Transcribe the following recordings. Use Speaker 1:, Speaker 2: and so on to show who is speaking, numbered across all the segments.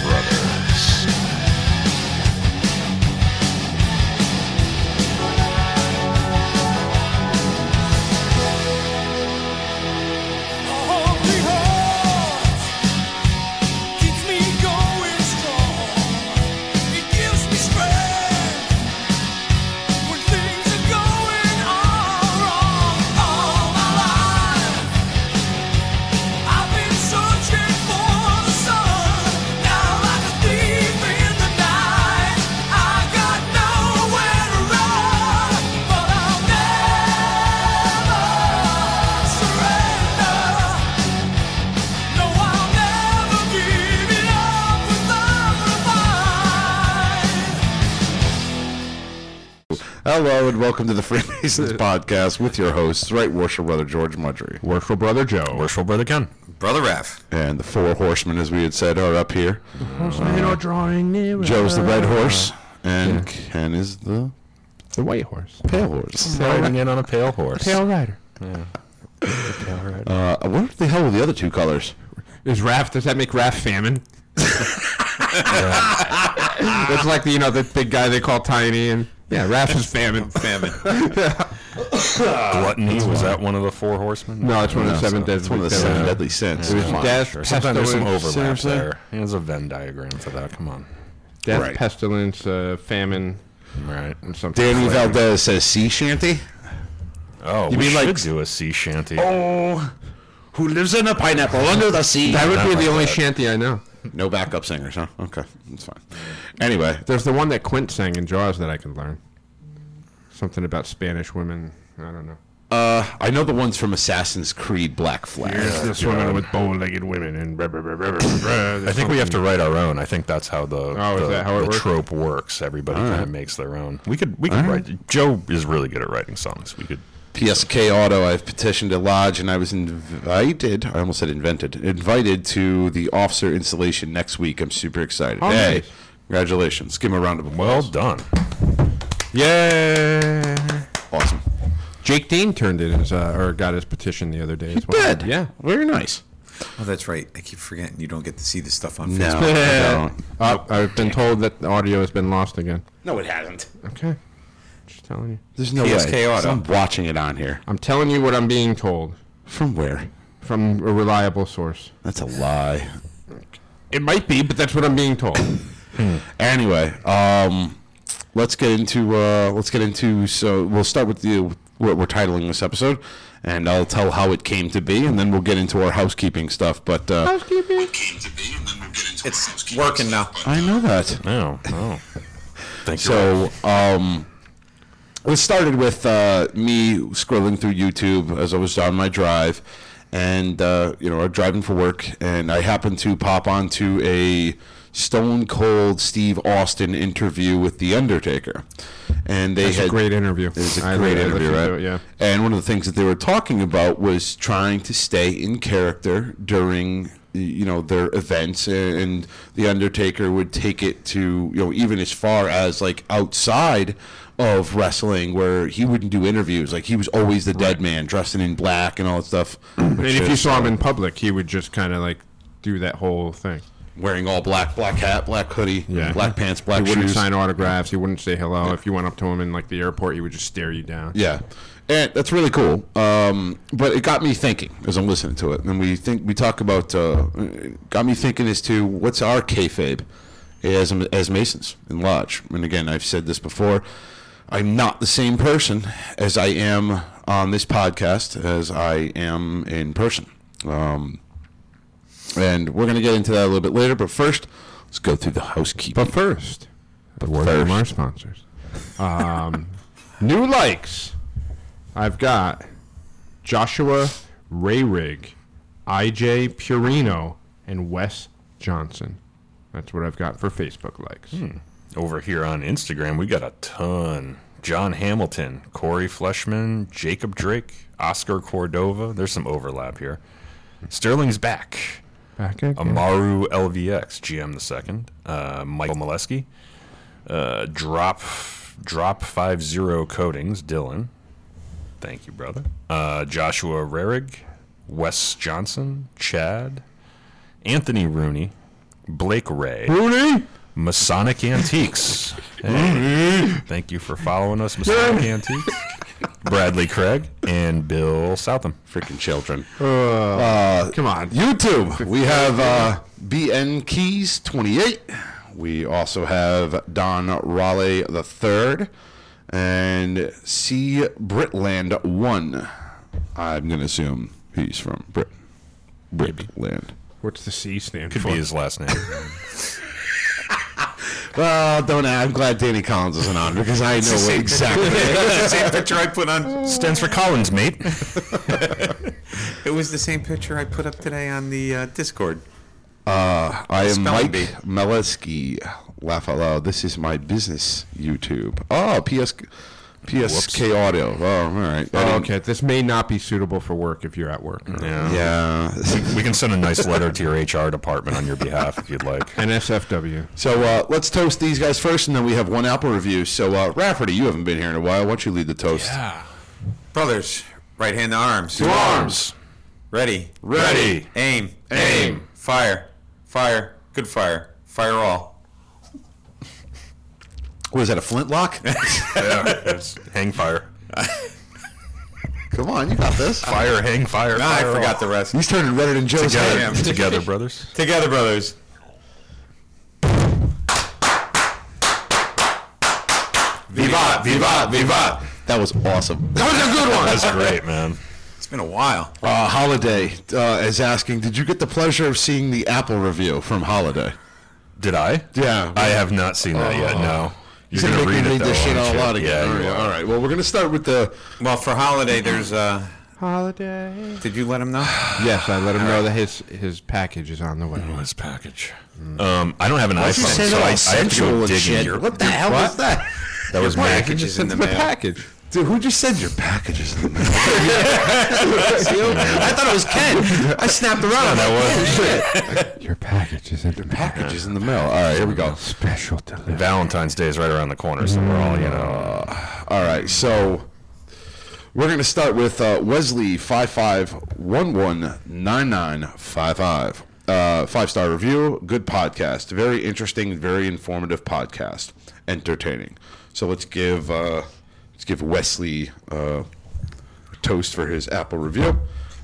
Speaker 1: brothers.
Speaker 2: Hello and welcome to the Freemasons podcast with your hosts, Right Worshipful Brother George Mudry,
Speaker 3: Worshipful Brother Joe,
Speaker 4: Worshipful Brother Ken,
Speaker 5: Brother Rev,
Speaker 2: and the four horsemen, as we had said, are up here.
Speaker 3: drawing nearer.
Speaker 2: Joe's the red horse, and Ken is the
Speaker 3: the white horse.
Speaker 2: pale horse.
Speaker 4: riding in on a pale horse.
Speaker 3: Pale rider.
Speaker 2: Uh, what the hell were the other two colors?
Speaker 3: Is Raph? Does that make Raph famine? It's like the you know the big guy they call Tiny and yeah, Raph is famine.
Speaker 5: famine.
Speaker 4: Gluttony was that one of the four horsemen?
Speaker 3: No, it's one of the seven deadly.
Speaker 2: It's one of the seven deadly sins.
Speaker 3: There's
Speaker 2: Come on.
Speaker 3: death,
Speaker 4: Sure. Sometimes there's some
Speaker 3: pestilence,
Speaker 4: overlap
Speaker 3: seriously.
Speaker 4: there. There's a Venn diagram for that. Come on.
Speaker 3: Death,
Speaker 2: Right.
Speaker 3: pestilence, uh, famine,
Speaker 4: Right.
Speaker 3: and something.
Speaker 2: Danny
Speaker 3: like that.
Speaker 2: Valdez says sea shanty.
Speaker 4: Oh,
Speaker 2: You
Speaker 4: we
Speaker 2: mean
Speaker 4: should
Speaker 2: like-
Speaker 4: do a sea shanty.
Speaker 2: Oh, who lives in a pineapple under the sea?
Speaker 3: That would be
Speaker 4: like
Speaker 3: the only
Speaker 4: that.
Speaker 3: shanty I know.
Speaker 2: No backup singers, huh? Okay, that's fine. Anyway,
Speaker 3: There's the one that Quint sang in Jaws that I can learn. Something about Spanish women. I don't know.
Speaker 2: uh, I know the ones from Assassin's Creed Black Flag.
Speaker 3: There's this woman with bow-legged women and. Blah, blah, blah, blah, blah, blah.
Speaker 4: I think we have to write our own. I think that's how the,
Speaker 3: Oh, is
Speaker 4: the,
Speaker 3: that how it
Speaker 4: the
Speaker 3: works?
Speaker 4: trope works. Everybody kind of makes their own. We could we could write. Joe is really good at writing songs. We could.
Speaker 2: PSK Auto. I've petitioned a lodge, and I was invited. I almost said invented. Invited to the officer installation next week. I'm super excited.
Speaker 3: Oh,
Speaker 2: hey,
Speaker 3: nice.
Speaker 2: congratulations! Give him a round of
Speaker 4: Well
Speaker 2: applause.
Speaker 4: done.
Speaker 3: Yeah.
Speaker 2: awesome.
Speaker 3: Jake Dean turned in his uh, or got his petition the other day as well.
Speaker 2: Good.
Speaker 3: Yeah.
Speaker 2: Very nice.
Speaker 5: Oh, that's right. I keep forgetting you don't get to see this stuff on
Speaker 2: No,
Speaker 5: Facebook.
Speaker 2: I don't.
Speaker 3: Uh, I've been told that the audio has been lost again.
Speaker 2: no, it hasn't.
Speaker 3: Okay. Just telling you.
Speaker 2: There's no
Speaker 5: PSK
Speaker 2: way.
Speaker 5: Auto.
Speaker 2: I'm watching it on here.
Speaker 3: I'm telling you what I'm being told
Speaker 2: From where?
Speaker 3: from a reliable source.
Speaker 2: That's a lie.
Speaker 3: It might be, but that's what I'm being told.
Speaker 2: Anyway, um, let's get into uh, let's get into. So we'll start with the what we're titling this episode, and I'll tell how it came to be, and then we'll get into our housekeeping stuff. But uh,
Speaker 3: Housekeeping.
Speaker 5: It's working now.
Speaker 2: I know that.
Speaker 4: No, no. Thank you.
Speaker 2: So, um, it started with uh, me scrolling through YouTube as I was on my drive, and uh, you know, I'm driving for work, and I happened to pop onto a Stone Cold Steve Austin interview with The Undertaker, and they
Speaker 3: It's
Speaker 2: had
Speaker 3: a great interview.
Speaker 2: it was a
Speaker 3: I- I
Speaker 2: great
Speaker 3: listened
Speaker 2: interview,
Speaker 3: to
Speaker 2: right?
Speaker 3: it, yeah.
Speaker 2: And one of the things that they were talking about was trying to stay in character during you know their events and, and the undertaker would take it to you know even as far as like outside of wrestling where he wouldn't do interviews like he was always the dead man dressing in black and all that stuff
Speaker 3: And if you saw him in public, he would just kind of like do that whole thing.
Speaker 2: wearing all black black hat black hoodie
Speaker 3: Yeah.
Speaker 2: black pants
Speaker 3: He
Speaker 2: black
Speaker 3: wouldn't
Speaker 2: shoes
Speaker 3: sign autographs. He wouldn't say hello. If you went up to him in like the airport, he would just stare you down.
Speaker 2: Yeah, and that's really cool. Um, but it got me thinking as I'm listening to it, and we think we talk about uh, it got me thinking as to what's our kayfabe as as Masons in Lodge. And again, I've said this before. I'm not the same person as I am on this podcast as I am in person. Um, and we're going to get into that a little bit later, but first, let's go through the housekeeping.
Speaker 3: But first, the word
Speaker 2: first.
Speaker 3: from our sponsors. Um, new likes. I've got Joshua Rayrig, IJ Purino, and Wes Johnson. That's what I've got for Facebook likes.
Speaker 2: Hmm.
Speaker 4: Over here on Instagram, we got a ton. John Hamilton, Corey Fleshman, Jacob Drake, Oscar Cordova. There's some overlap here. Sterling's back.
Speaker 3: Back again.
Speaker 4: Amaru LVX, GM the second. Uh, Michael Molesky. Uh, drop drop five zero coatings, Dylan. Thank you, brother. Uh, Joshua Rarig, Wes Johnson, Chad, Anthony Rooney, Blake Ray,
Speaker 3: Rooney?
Speaker 4: Masonic Antiques. Hey, thank you for following us, Masonic Antiques. Bradley Craig and Bill Southam.
Speaker 2: Freaking children.
Speaker 3: Come on.
Speaker 2: YouTube. We have uh, BN Keys 28. We also have Don Raleigh the third and C Britland one. I'm gonna assume he's from Brit Britland.
Speaker 3: What's the C stand
Speaker 4: Could
Speaker 3: for?
Speaker 4: be his last name.
Speaker 2: Well, don't. I'm glad Danny Collins isn't on because I know what exactly.
Speaker 5: It's the same picture I put on.
Speaker 4: Stands for Collins, mate.
Speaker 5: It was the same picture I put up today on the uh, Discord.
Speaker 2: I am
Speaker 5: Spelling
Speaker 2: Mike
Speaker 5: bee.
Speaker 2: Meleski. Laugh out loud. This is my business YouTube. Oh, PS, PSK Audio. Oh, all right. I
Speaker 3: Oh,
Speaker 2: didn't-
Speaker 3: okay, this may not be suitable for work if you're at work.
Speaker 4: Yeah.
Speaker 2: Yeah.
Speaker 4: We can send a nice letter to your HR department on your behalf if you'd like.
Speaker 3: NSFW.
Speaker 2: So uh, let's toast these guys first, and then we have one Apple review. So uh, Rafferty, you haven't been here in a while. Why don't you lead the toast?
Speaker 5: Brothers, right hand to arms.
Speaker 2: Arms.
Speaker 5: Ready.
Speaker 4: Ready.
Speaker 5: Aim. Aim. Fire. Fire. Good fire. Fire all.
Speaker 2: Was that a flintlock?
Speaker 4: Yeah, it's hang fire.
Speaker 2: Come on, you got this.
Speaker 4: Fire, hang fire.
Speaker 5: No, I
Speaker 4: fire
Speaker 5: forgot
Speaker 4: all.
Speaker 5: the rest.
Speaker 2: He's turning redder than Joe's
Speaker 4: Together,
Speaker 2: head.
Speaker 4: together, brothers.
Speaker 5: Together, brothers.
Speaker 2: Viva, viva, viva. That was awesome. That was a good one.
Speaker 4: That's great, man.
Speaker 5: It's been a while.
Speaker 2: Uh, Holiday uh, is asking, did you get the pleasure of seeing the Apple review from Holiday?
Speaker 4: Did I?
Speaker 2: Yeah.
Speaker 4: I have not seen that yet.
Speaker 1: Oh.
Speaker 4: No.
Speaker 2: He's gonna make me read this shit out loud again.
Speaker 4: Yeah,
Speaker 2: all,
Speaker 4: you
Speaker 2: right,
Speaker 4: are.
Speaker 2: all right. Well, we're gonna start with the.
Speaker 5: Well, for holiday, there's. Uh,
Speaker 3: Holiday.
Speaker 5: did you let him know?
Speaker 3: Yes, I let him know that his his package is on the way.
Speaker 4: This package. Um, I don't have an iPhone,
Speaker 2: said
Speaker 4: so
Speaker 2: all
Speaker 4: I, I have to
Speaker 2: sensual
Speaker 4: go
Speaker 2: and
Speaker 4: dig
Speaker 2: shit.
Speaker 4: in your.
Speaker 2: What the hell was that?
Speaker 4: That was Mac.
Speaker 5: Package is in the mail.
Speaker 3: package.
Speaker 2: Dude, who just sent your packages in the mail? I thought it was Ken. I snapped around on that one.
Speaker 3: Your package is in the mail.
Speaker 2: Packages in the mail. All right, here we go.
Speaker 3: Special delivery.
Speaker 4: Valentine's Day is right around the corner, so we're all you know.
Speaker 2: All right, so we're going to start with uh, Wesley five five one one nine nine five five. Uh, five star review, good podcast, very interesting, very informative podcast, entertaining. So let's give uh, let's give Wesley uh, a toast for his Apple review,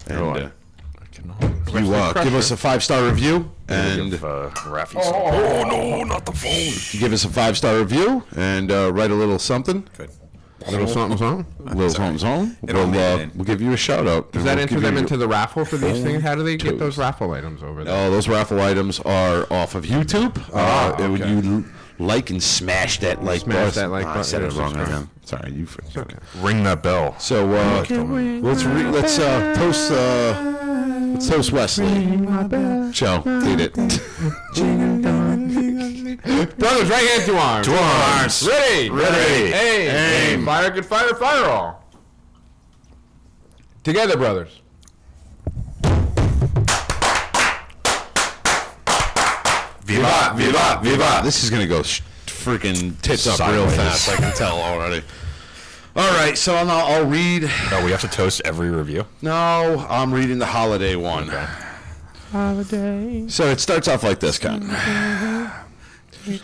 Speaker 2: and
Speaker 4: Oh, I-
Speaker 2: uh, you uh, give us a five star review and
Speaker 4: If, uh, Rafi said- oh no, not the phone.
Speaker 2: give us a five star review and uh, write a little something,
Speaker 5: Good.
Speaker 3: Little something, something.
Speaker 2: a little something, something.
Speaker 5: It'll
Speaker 2: We'll,
Speaker 5: make it
Speaker 2: uh,
Speaker 5: in.
Speaker 2: we'll give you a shout out.
Speaker 3: Does that enter them into the raffle for these things? How do they get those raffle items over there?
Speaker 2: Oh, those raffle items are off of YouTube. Uh, it would- You l- like and smash that like
Speaker 3: Ah, Smash
Speaker 2: button.
Speaker 3: that like
Speaker 2: Ah, I
Speaker 3: button
Speaker 2: said it
Speaker 3: and
Speaker 2: wrong
Speaker 3: subscribe.
Speaker 2: again. Sorry, you. freaking-
Speaker 4: Ring that bell.
Speaker 2: So uh, let's re- let's uh, toast uh, let's toast Wesley. Joe, did it.
Speaker 3: Brothers, right hand to arms.
Speaker 4: Two arms.
Speaker 3: Ready.
Speaker 4: Ready.
Speaker 3: Hey. Fire, good fire, fire all. Together, brothers.
Speaker 2: Viva, viva, viva! This is gonna go sh- freaking tits up real
Speaker 4: Sideways.
Speaker 2: fast. I can tell already. All right, so I'll, I'll read.
Speaker 4: Oh, we have to toast every review.
Speaker 2: No, I'm reading the holiday one.
Speaker 6: holiday.
Speaker 2: So it starts off like this, kind.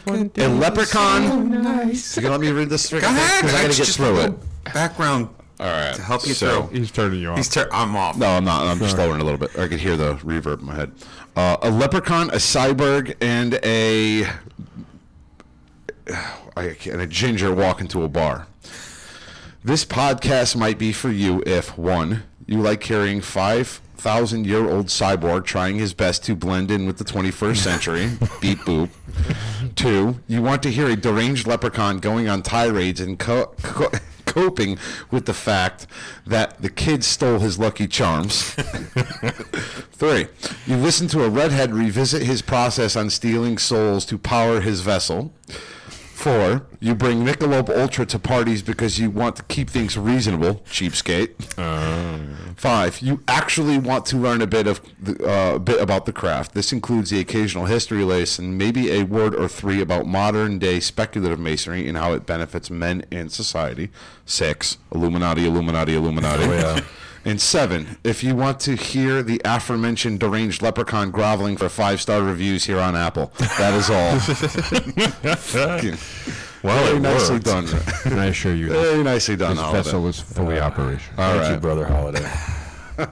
Speaker 6: One
Speaker 2: A
Speaker 6: day
Speaker 2: leprechaun.
Speaker 6: nice.
Speaker 2: You gonna let me read this? Go
Speaker 5: ahead.
Speaker 2: I gotta
Speaker 5: It's
Speaker 2: get
Speaker 5: just
Speaker 2: through
Speaker 5: a
Speaker 2: it.
Speaker 5: little Background
Speaker 2: All right.
Speaker 5: to help you
Speaker 2: so-
Speaker 5: through.
Speaker 3: He's turning you on.
Speaker 5: He's ter- I'm off.
Speaker 2: No, I'm not. I'm just lowering a little bit. I could hear the reverb in my head. Uh, a leprechaun, a cyborg, and a I can't- and a ginger walk into a bar. This podcast might be for you if one, you like hearing five thousand year old cyborg trying his best to blend in with the twenty first century. Beep boop. Two, you want to hear a deranged leprechaun going on tirades and co- co- coping with the fact that the kid stole his lucky charms. Three, you listen to a redhead revisit his process on stealing souls to power his vessel. four, you bring Michelob Ultra to parties because you want to keep things reasonable, cheapskate. Five, you actually want to learn a bit of the, uh, a bit about the craft. This includes the occasional history lesson, maybe a word or three about modern day speculative masonry and how it benefits men and society. Six, Illuminati, Illuminati,
Speaker 4: Oh,
Speaker 2: Illuminati. And seven, if you want to hear the aforementioned deranged leprechaun groveling for five star reviews here on Apple, that is all.
Speaker 4: Well,
Speaker 2: Very
Speaker 4: it
Speaker 2: nicely
Speaker 4: worked.
Speaker 2: done.
Speaker 3: Can I assure you, this
Speaker 2: Very nicely done,
Speaker 3: vessel
Speaker 2: Holiday.
Speaker 3: is fully operational.
Speaker 2: All
Speaker 4: Thank you,
Speaker 2: right.
Speaker 4: brother Holiday.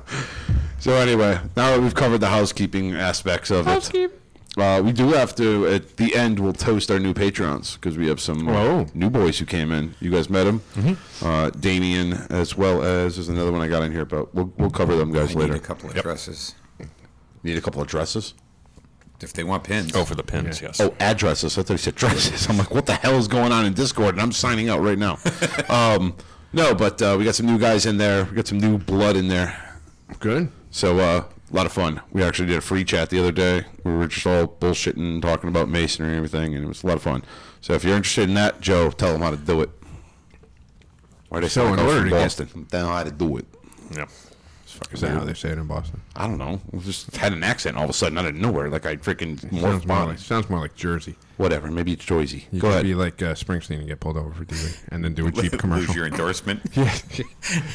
Speaker 2: So anyway, now that we've covered the housekeeping aspects of it,
Speaker 6: Housekeep.
Speaker 2: uh, we do have to at the end we'll toast our new patrons because we have some uh,
Speaker 3: Oh.
Speaker 2: new boys who came in. You guys met him, uh, Damien, as well as there's another one I got in here, but we'll we'll cover them guys
Speaker 5: I
Speaker 2: later.
Speaker 5: need a couple of dresses.
Speaker 2: Need a couple of dresses.
Speaker 5: If they want pins.
Speaker 4: Oh, for the pins, yes.
Speaker 2: Oh, addresses. I thought you said dresses. I'm like, what the hell is going on in Discord? And I'm signing out right now. um, no, but uh, we got some new guys in there. We got some new blood in there.
Speaker 3: Good.
Speaker 2: So uh, a lot of fun. We actually did a free chat the other day. We were just all bullshitting, talking about masonry and everything, and it was a lot of fun. So if you're interested in that, Joe, tell them how to do it. Why they
Speaker 3: So in order to get-
Speaker 2: Boston, tell them how to do it.
Speaker 4: Yeah.
Speaker 3: Is that how they say it in Boston?
Speaker 2: I don't know. I just had an accent all of a sudden out of nowhere, like I freaking
Speaker 3: Sounds
Speaker 2: morphed
Speaker 3: more
Speaker 2: on.
Speaker 3: like sounds more like Jersey.
Speaker 2: Whatever. Maybe it's Joyzy.
Speaker 3: You
Speaker 2: Go
Speaker 3: could
Speaker 2: ahead.
Speaker 3: be like uh, Springsteen and get pulled over for doing, and then do a cheap commercial.
Speaker 5: Lose your endorsement.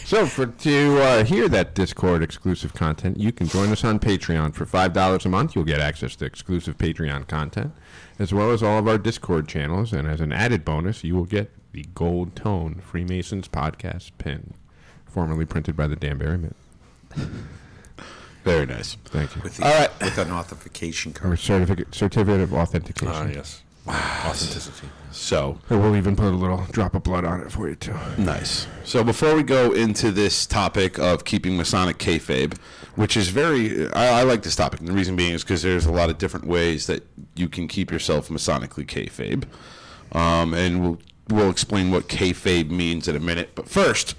Speaker 3: so for to uh, hear that Discord exclusive content, you can join us on Patreon for five dollars a month. You'll get access to exclusive Patreon content, as well as all of our Discord channels, and as an added bonus, you will get the Gold Tone Freemasons podcast pin, formerly printed by the Danbury Mint.
Speaker 2: Very nice.
Speaker 3: Thank you.
Speaker 5: With the, With an authentication card.
Speaker 3: Or certificate certificate of authentication.
Speaker 4: Ah, yes. Authenticity.
Speaker 2: So
Speaker 3: And we'll even put a little drop of blood on it for you too.
Speaker 2: Nice. So before we go into this topic of keeping Masonic kayfabe, which is very, I, I like this topic. And the reason being is because there's a lot of different ways that you can keep yourself Masonically kayfabe. Um, and we'll, we'll explain what kayfabe means in a minute. But first,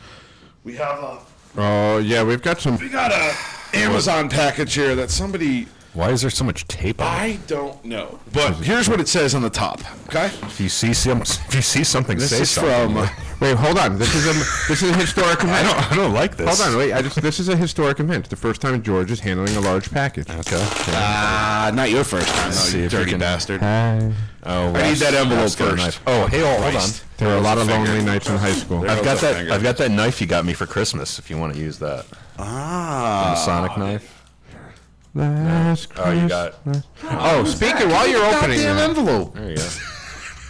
Speaker 2: we have a,
Speaker 3: Oh yeah, we've got some
Speaker 2: we got a Amazon package here that somebody,
Speaker 4: Why is there so much tape on it?
Speaker 2: I don't know. But here's what it says on the top. Okay.
Speaker 4: If you see some, if you see something,
Speaker 2: This
Speaker 4: say
Speaker 2: is
Speaker 4: something.
Speaker 2: from,
Speaker 3: uh, Wait, hold on. This is a this is a historic event.
Speaker 4: I don't, I don't like this.
Speaker 3: Hold on, wait. I just this is a historic event. The first time George is handling a large package.
Speaker 4: Okay.
Speaker 2: ah, not your first time,
Speaker 4: Let's
Speaker 2: though,
Speaker 4: see
Speaker 2: you
Speaker 4: if we
Speaker 2: dirty
Speaker 4: can-
Speaker 2: bastard.
Speaker 3: Hi.
Speaker 4: Oh,
Speaker 2: I need
Speaker 4: Raph's-
Speaker 2: that envelope
Speaker 4: Raph's got a
Speaker 2: first.
Speaker 4: knife. Oh, hey, oh, hold on.
Speaker 3: There were a lot of lonely nights in high school.
Speaker 4: I've
Speaker 2: goes
Speaker 4: got
Speaker 2: that
Speaker 4: that.
Speaker 2: finger.
Speaker 4: I've got that knife you got me for Christmas. If you want to use that
Speaker 2: Ah.
Speaker 4: Masonic knife.
Speaker 3: Last
Speaker 4: Oh, you got.
Speaker 3: Oh, speaking while you're opening
Speaker 2: Goddamn
Speaker 3: that.
Speaker 2: envelope.
Speaker 4: There you go.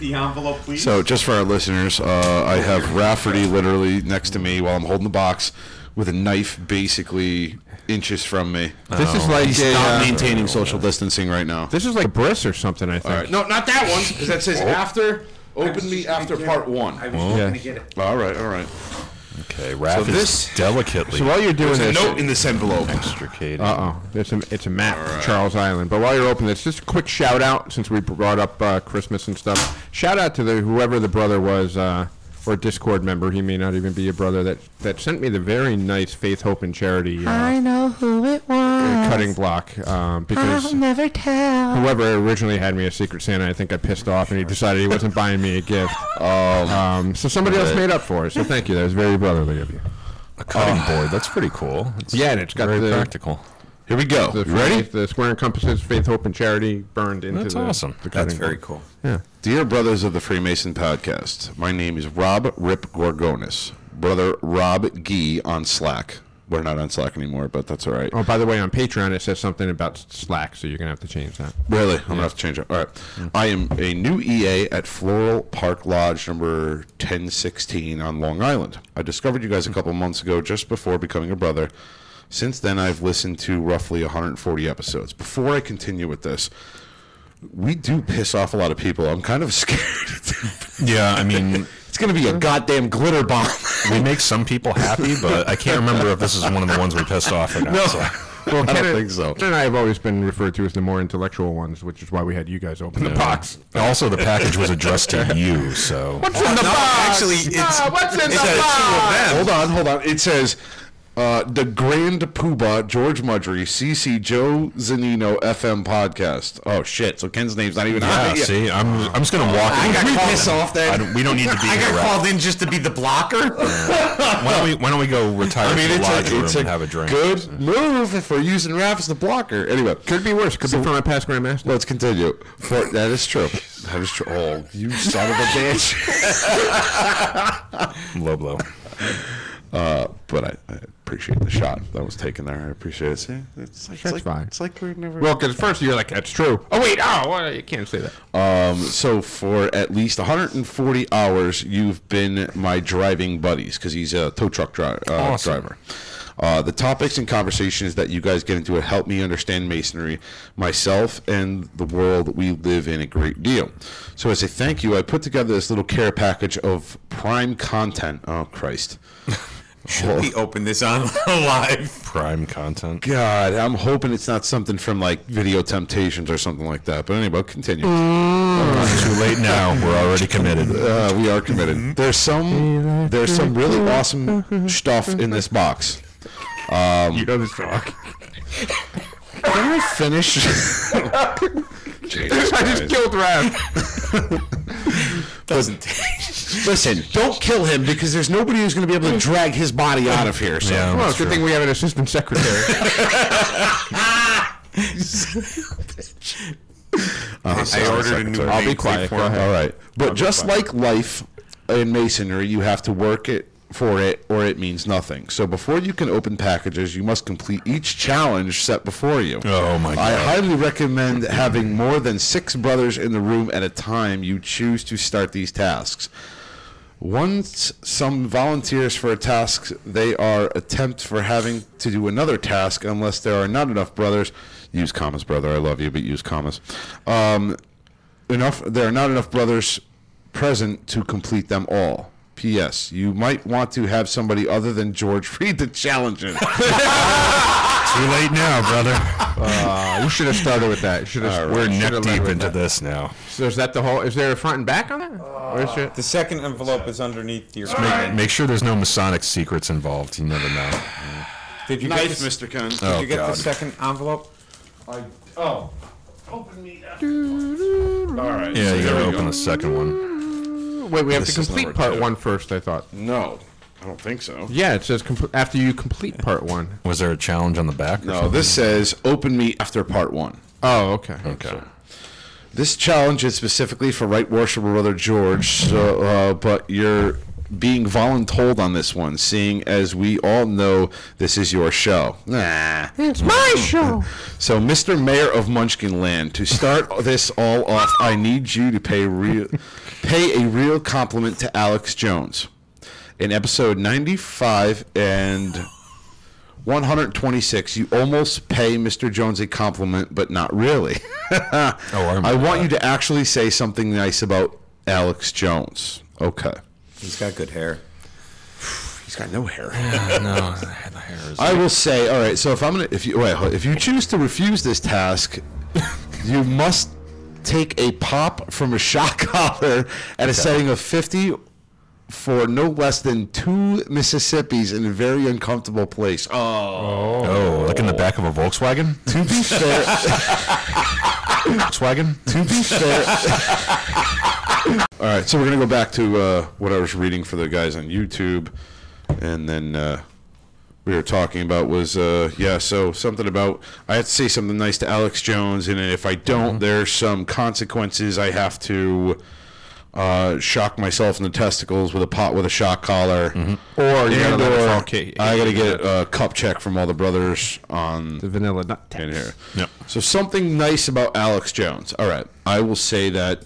Speaker 5: The envelope, please.
Speaker 2: So, just for our listeners, uh, I have Rafferty literally next to me while I'm holding the box with a knife basically inches from me.
Speaker 3: This
Speaker 4: Oh.
Speaker 3: is like
Speaker 2: He's
Speaker 3: a,
Speaker 2: not
Speaker 3: uh,
Speaker 2: maintaining social distancing right now.
Speaker 3: this is like a briss or something. I think.
Speaker 2: All right. Oh. No, not that one, because that says after. Open me after part one.
Speaker 5: Oh.
Speaker 3: Yeah.
Speaker 2: All right, all right.
Speaker 4: Okay, Raph
Speaker 2: So
Speaker 4: is
Speaker 2: this-
Speaker 4: delicately
Speaker 3: So while you're doing
Speaker 2: There's a
Speaker 3: this,
Speaker 2: note in this envelope.
Speaker 4: extricating.
Speaker 3: Uh oh, there's some, it's a map of Charles Island. But while you're opening this, just a quick shout out since we brought up uh, Christmas and stuff. Shout out to the whoever the brother was uh, or Discord member. He may not even be a brother that that sent me the very nice faith, hope, and charity uh,
Speaker 6: I know who it was.
Speaker 3: cutting block um,
Speaker 6: I'll
Speaker 3: because.
Speaker 6: never tell.
Speaker 3: Whoever originally had me a Secret Santa, I think I pissed off, and he decided he wasn't buying me a gift.
Speaker 4: Oh.
Speaker 3: Um, so somebody else made up for it. So thank you. That was very brotherly of you.
Speaker 2: Oh.
Speaker 4: a cutting board. That's pretty cool. It's
Speaker 3: Yeah, and it's got
Speaker 4: very
Speaker 3: the-
Speaker 4: practical.
Speaker 2: Here we go.
Speaker 3: The
Speaker 2: You ready?
Speaker 3: faith- The square encompasses faith, hope, and charity burned into
Speaker 4: That's
Speaker 3: the,
Speaker 4: awesome.
Speaker 3: the cutting
Speaker 5: That's very
Speaker 3: board.
Speaker 5: cool.
Speaker 2: Dear Brothers of the Freemason Podcast, my name is Rob Rip Gorgonis, brother Rob Gee on Slack. We're not on Slack anymore, but that's all right.
Speaker 3: Oh, by the way, on Patreon it says something about Slack, so you're gonna have to change that.
Speaker 2: Really? I'm gonna have to change it. All right. I am a new EA at Floral Park Lodge number 1016 on Long Island. I discovered you guys a couple months ago just before becoming a brother. Since then, I've listened to roughly 140 episodes. Before I continue with this, we do piss off a lot of people. I'm kind of scared.
Speaker 4: Yeah, I mean,
Speaker 2: it's going to be a goddamn glitter bomb.
Speaker 4: we make some people happy, but I can't remember if this is one of the ones we pissed off or not. No.
Speaker 3: Well,
Speaker 2: I
Speaker 3: Ken
Speaker 2: don't
Speaker 3: and-
Speaker 2: think so.
Speaker 3: Ken and I have always been referred to as the more intellectual ones, which is why we had you guys open the box.
Speaker 4: Also, the package was addressed to you, so
Speaker 3: What's in the
Speaker 5: no, box? actually, it's- Ah,
Speaker 3: what's in
Speaker 5: it's the a two of
Speaker 2: Hold
Speaker 5: box?
Speaker 2: on, hold on. It says Uh, the Grand Poobah, George Mudgery, CC Joe Zanino FM podcast. Oh shit! So Ken's name's not even
Speaker 4: Yeah,
Speaker 2: on it. yet.
Speaker 4: see, I'm, I'm just going to walk.
Speaker 5: I got
Speaker 4: we,
Speaker 5: called in. off there.
Speaker 4: I don't- we don't need to be
Speaker 5: I got
Speaker 4: here, right?
Speaker 5: called in just to be the blocker.
Speaker 4: why, don't we, why don't we go retire
Speaker 2: I mean,
Speaker 4: to the
Speaker 2: it's
Speaker 4: lodge
Speaker 2: a,
Speaker 4: room
Speaker 2: it's
Speaker 4: and
Speaker 2: a
Speaker 4: have a drink?
Speaker 2: good move if we're using Raph as the blocker. Anyway,
Speaker 3: Could be worse. Could be from my past grandmaster.
Speaker 2: Let's continue. For, that is true. That is true. Oh, you son of a bitch!
Speaker 4: Low blow.
Speaker 2: Uh, but I, I appreciate the shot that was taken there. I appreciate it. See?
Speaker 5: It's like,
Speaker 3: That's fine.
Speaker 5: It's like we're never.
Speaker 3: Well, because first you're like, that's true. Oh wait, oh, well, you can't say that.
Speaker 2: Um, so for at least 140 hours, you've been my driving buddies because he's a tow truck dri- uh,
Speaker 4: Awesome.
Speaker 2: driver. Uh, the topics and conversations that you guys get into help me understand masonry, myself, and the world we live in a great deal. So as a thank you, I put together this little care package of prime content. Oh Christ!
Speaker 5: Should we open this on live?
Speaker 4: Prime content.
Speaker 2: God, I'm hoping it's not something from like Video Temptations or something like that. But anyway, continue.
Speaker 4: Too late now. We're already committed. Mm-hmm.
Speaker 2: Uh, we are committed. There's some there's some really awesome stuff in this box.
Speaker 3: You know this talk.
Speaker 2: Can I finish? Jesus
Speaker 3: I just
Speaker 2: Christ.
Speaker 3: killed Raph.
Speaker 5: Doesn't.
Speaker 2: Listen, don't kill him because there's nobody who's going to be able to drag his body out of here. So.
Speaker 4: Yeah,
Speaker 3: Well,
Speaker 4: that's
Speaker 3: good
Speaker 4: true.
Speaker 3: thing we have an assistant secretary.
Speaker 5: I ordered a new.
Speaker 2: I'll be
Speaker 5: nameplate
Speaker 2: quiet.
Speaker 5: for
Speaker 2: Go
Speaker 5: him.
Speaker 2: ahead. All right. But just like life in masonry, you have to work it for it or it means nothing. So before you can open packages, you must complete each challenge set before you.
Speaker 4: Oh, my
Speaker 2: I
Speaker 4: God.
Speaker 2: highly recommend having more than 6 brothers in the room at a time you choose to start these tasks. Once some volunteers for a task, they are attempt for having to do another task unless there are not enough brothers. Use commas, brother. I love you, but use commas. Um, enough. There are not enough brothers present to complete them all. P.S. You might want to have somebody other than George read the challenges.
Speaker 4: Too late now, brother.
Speaker 3: uh, you should have started with that. You Should have.
Speaker 4: We're
Speaker 3: you should
Speaker 4: neck
Speaker 3: have led
Speaker 4: deep
Speaker 3: with
Speaker 4: into
Speaker 3: that.
Speaker 4: this now.
Speaker 3: So is that the whole? Is there a front and back on that? or is it?
Speaker 2: Uh,
Speaker 5: The second envelope is underneath your.
Speaker 4: Make, make sure there's no Masonic secrets involved. You never know.
Speaker 5: Did you get this-
Speaker 2: Mr. Coons.
Speaker 5: Did
Speaker 4: Oh,
Speaker 5: you get the
Speaker 4: God.
Speaker 5: second envelope?
Speaker 2: All right.
Speaker 4: Yeah,
Speaker 2: so
Speaker 4: you
Speaker 2: there
Speaker 4: gotta
Speaker 2: we
Speaker 4: open
Speaker 2: go.
Speaker 4: the second one.
Speaker 3: Wait, we have
Speaker 2: This
Speaker 3: to
Speaker 2: is
Speaker 3: complete
Speaker 2: number
Speaker 3: part
Speaker 2: two.
Speaker 3: one first. I thought.
Speaker 2: No, I don't think so.
Speaker 3: Yeah, it says compl- after you complete part one.
Speaker 4: Was there a challenge on the back? Or
Speaker 2: No,
Speaker 4: something?
Speaker 2: this says open me after part one.
Speaker 3: Oh, okay.
Speaker 4: Okay.
Speaker 2: This challenge is specifically for Right Worshipful Brother George, so, uh, but you're being voluntold on this one, seeing as we all know this is your show. Nah.
Speaker 6: It's my show.
Speaker 2: So, Mr. Mayor of Munchkin Land, to start this all off, I need you to pay real, pay a real compliment to Alex Jones. In episode 95 and 126, you almost pay Mr. Jones a compliment, but not really.
Speaker 4: Oh, I,
Speaker 2: I
Speaker 4: remember
Speaker 2: want
Speaker 4: that.
Speaker 2: you to actually say something nice about Alex Jones. Okay.
Speaker 5: He's got good hair.
Speaker 2: He's got no hair.
Speaker 4: No, the hair is-
Speaker 2: I will say, all right. So if I'm gonna, if you wait, hold- if you choose to refuse this task, you must take a pop from a shot collar at a setting of fifty for no less than two Mississippi's in a very uncomfortable place. Oh,
Speaker 4: Oh, like in the back of a Volkswagen?
Speaker 2: to be fair.
Speaker 4: Volkswagen?
Speaker 2: To be fair. All right, so we're gonna go back to uh, what I was reading for the guys on YouTube, and then uh, we were talking about was uh, yeah, so something about I had to say something nice to Alex Jones, and if I don't,
Speaker 3: Mm-hmm.
Speaker 2: there's some consequences. I have to uh, shock myself in the testicles with a pot with a shock collar,
Speaker 3: Or Mm-hmm. you
Speaker 2: and
Speaker 3: gotta let it fall
Speaker 2: or
Speaker 3: cake.
Speaker 2: I gotta get a cup check from all the brothers on
Speaker 3: the vanilla nut tax.
Speaker 2: in here.
Speaker 4: Yep.
Speaker 2: So something nice about Alex Jones. All right, I will say that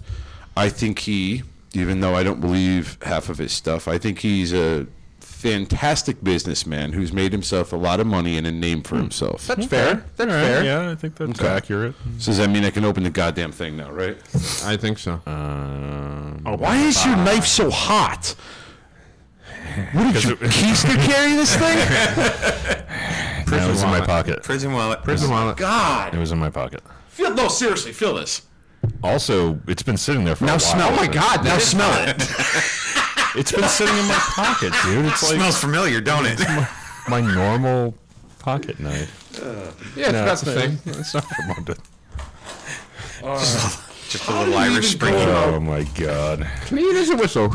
Speaker 2: I think he, even though I don't believe half of his stuff, I think he's a fantastic businessman who's made himself a lot of money and a name for himself.
Speaker 3: Hmm. That's fair. That's fair.
Speaker 4: Yeah, I think that's
Speaker 2: Okay.
Speaker 4: accurate.
Speaker 2: So does that mean I can open the goddamn thing now, right?
Speaker 3: I think so. Oh, ah.
Speaker 4: Um,
Speaker 2: Why is your knife so hot? What did you keister carry this thing?
Speaker 4: no, it was in my
Speaker 3: wallet.
Speaker 4: pocket.
Speaker 5: Prison wallet.
Speaker 3: Prison wallet.
Speaker 4: It was in my pocket.
Speaker 2: Feel, no, seriously, feel this.
Speaker 4: Also, it's been sitting there for a while.
Speaker 2: Oh my
Speaker 4: so-
Speaker 2: god, now smell it.
Speaker 4: It's been sitting in my pocket, dude. It's like
Speaker 5: Smells familiar, don't it?
Speaker 4: my normal pocket knife.
Speaker 3: Yeah, that's the thing.
Speaker 4: It's not promoted.
Speaker 7: Just a little Irish spring.
Speaker 4: Oh my god.
Speaker 3: Clean as a whistle.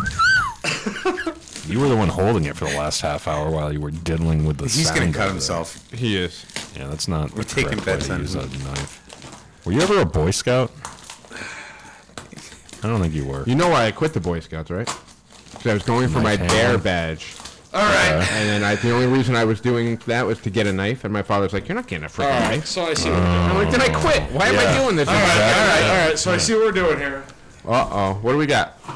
Speaker 4: You were the one holding it for the last half hour while you were diddling with the
Speaker 7: He's
Speaker 4: sound
Speaker 7: gonna
Speaker 4: of
Speaker 7: cut
Speaker 4: it.
Speaker 7: himself.
Speaker 3: He is.
Speaker 4: Yeah, that's not We're
Speaker 7: taking bets on him.
Speaker 4: knife. Were you ever a Boy Scout? I don't think you were.
Speaker 3: You know why I quit the Boy Scouts, right? Because I was going for my
Speaker 4: Knife
Speaker 3: bear
Speaker 4: handling.
Speaker 3: badge.
Speaker 7: All
Speaker 4: Uh-huh.
Speaker 7: right.
Speaker 3: And then I, the only reason I was doing that was to get a knife, and my father's like, "You're not getting a freaking knife."
Speaker 2: So I see. What we're doing.
Speaker 3: I'm like, "Then I quit. Uh, Why am I
Speaker 4: Yeah.
Speaker 3: doing this?"
Speaker 2: All right, all right. So I see what we're doing here.
Speaker 3: Uh oh, what do we got? do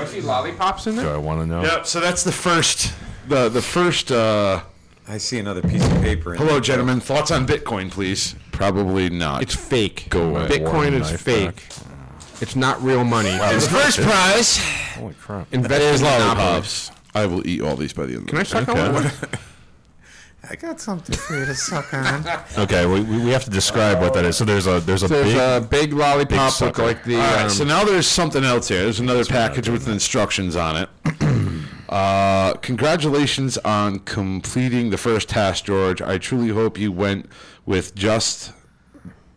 Speaker 3: I see lollipops in
Speaker 4: Do
Speaker 3: there?
Speaker 4: I want to know?
Speaker 2: Yep. So that's the first. The the first. Uh,
Speaker 7: I see another piece of paper. In
Speaker 2: hello,
Speaker 7: there.
Speaker 2: gentlemen. Thoughts on Bitcoin, please? Probably not.
Speaker 3: It's fake.
Speaker 2: Go away.
Speaker 3: Bitcoin
Speaker 4: Warren
Speaker 3: is
Speaker 4: knife
Speaker 3: fake. It's not real money.
Speaker 2: the first prize.
Speaker 4: Holy crap.
Speaker 3: Investors
Speaker 2: Lollipops. I will eat all these by the end.
Speaker 3: Can I suck on one?
Speaker 5: I got something for you to suck on.
Speaker 4: Okay, we, we we have to describe what that is. So there's a there's a
Speaker 3: There's a
Speaker 4: big
Speaker 3: big lollipop with
Speaker 4: sucker.
Speaker 3: like the.
Speaker 2: All right,
Speaker 3: um,
Speaker 2: so now there's something else here. There's another package with instructions on it. uh, congratulations on completing the first task, George. I truly hope you went with just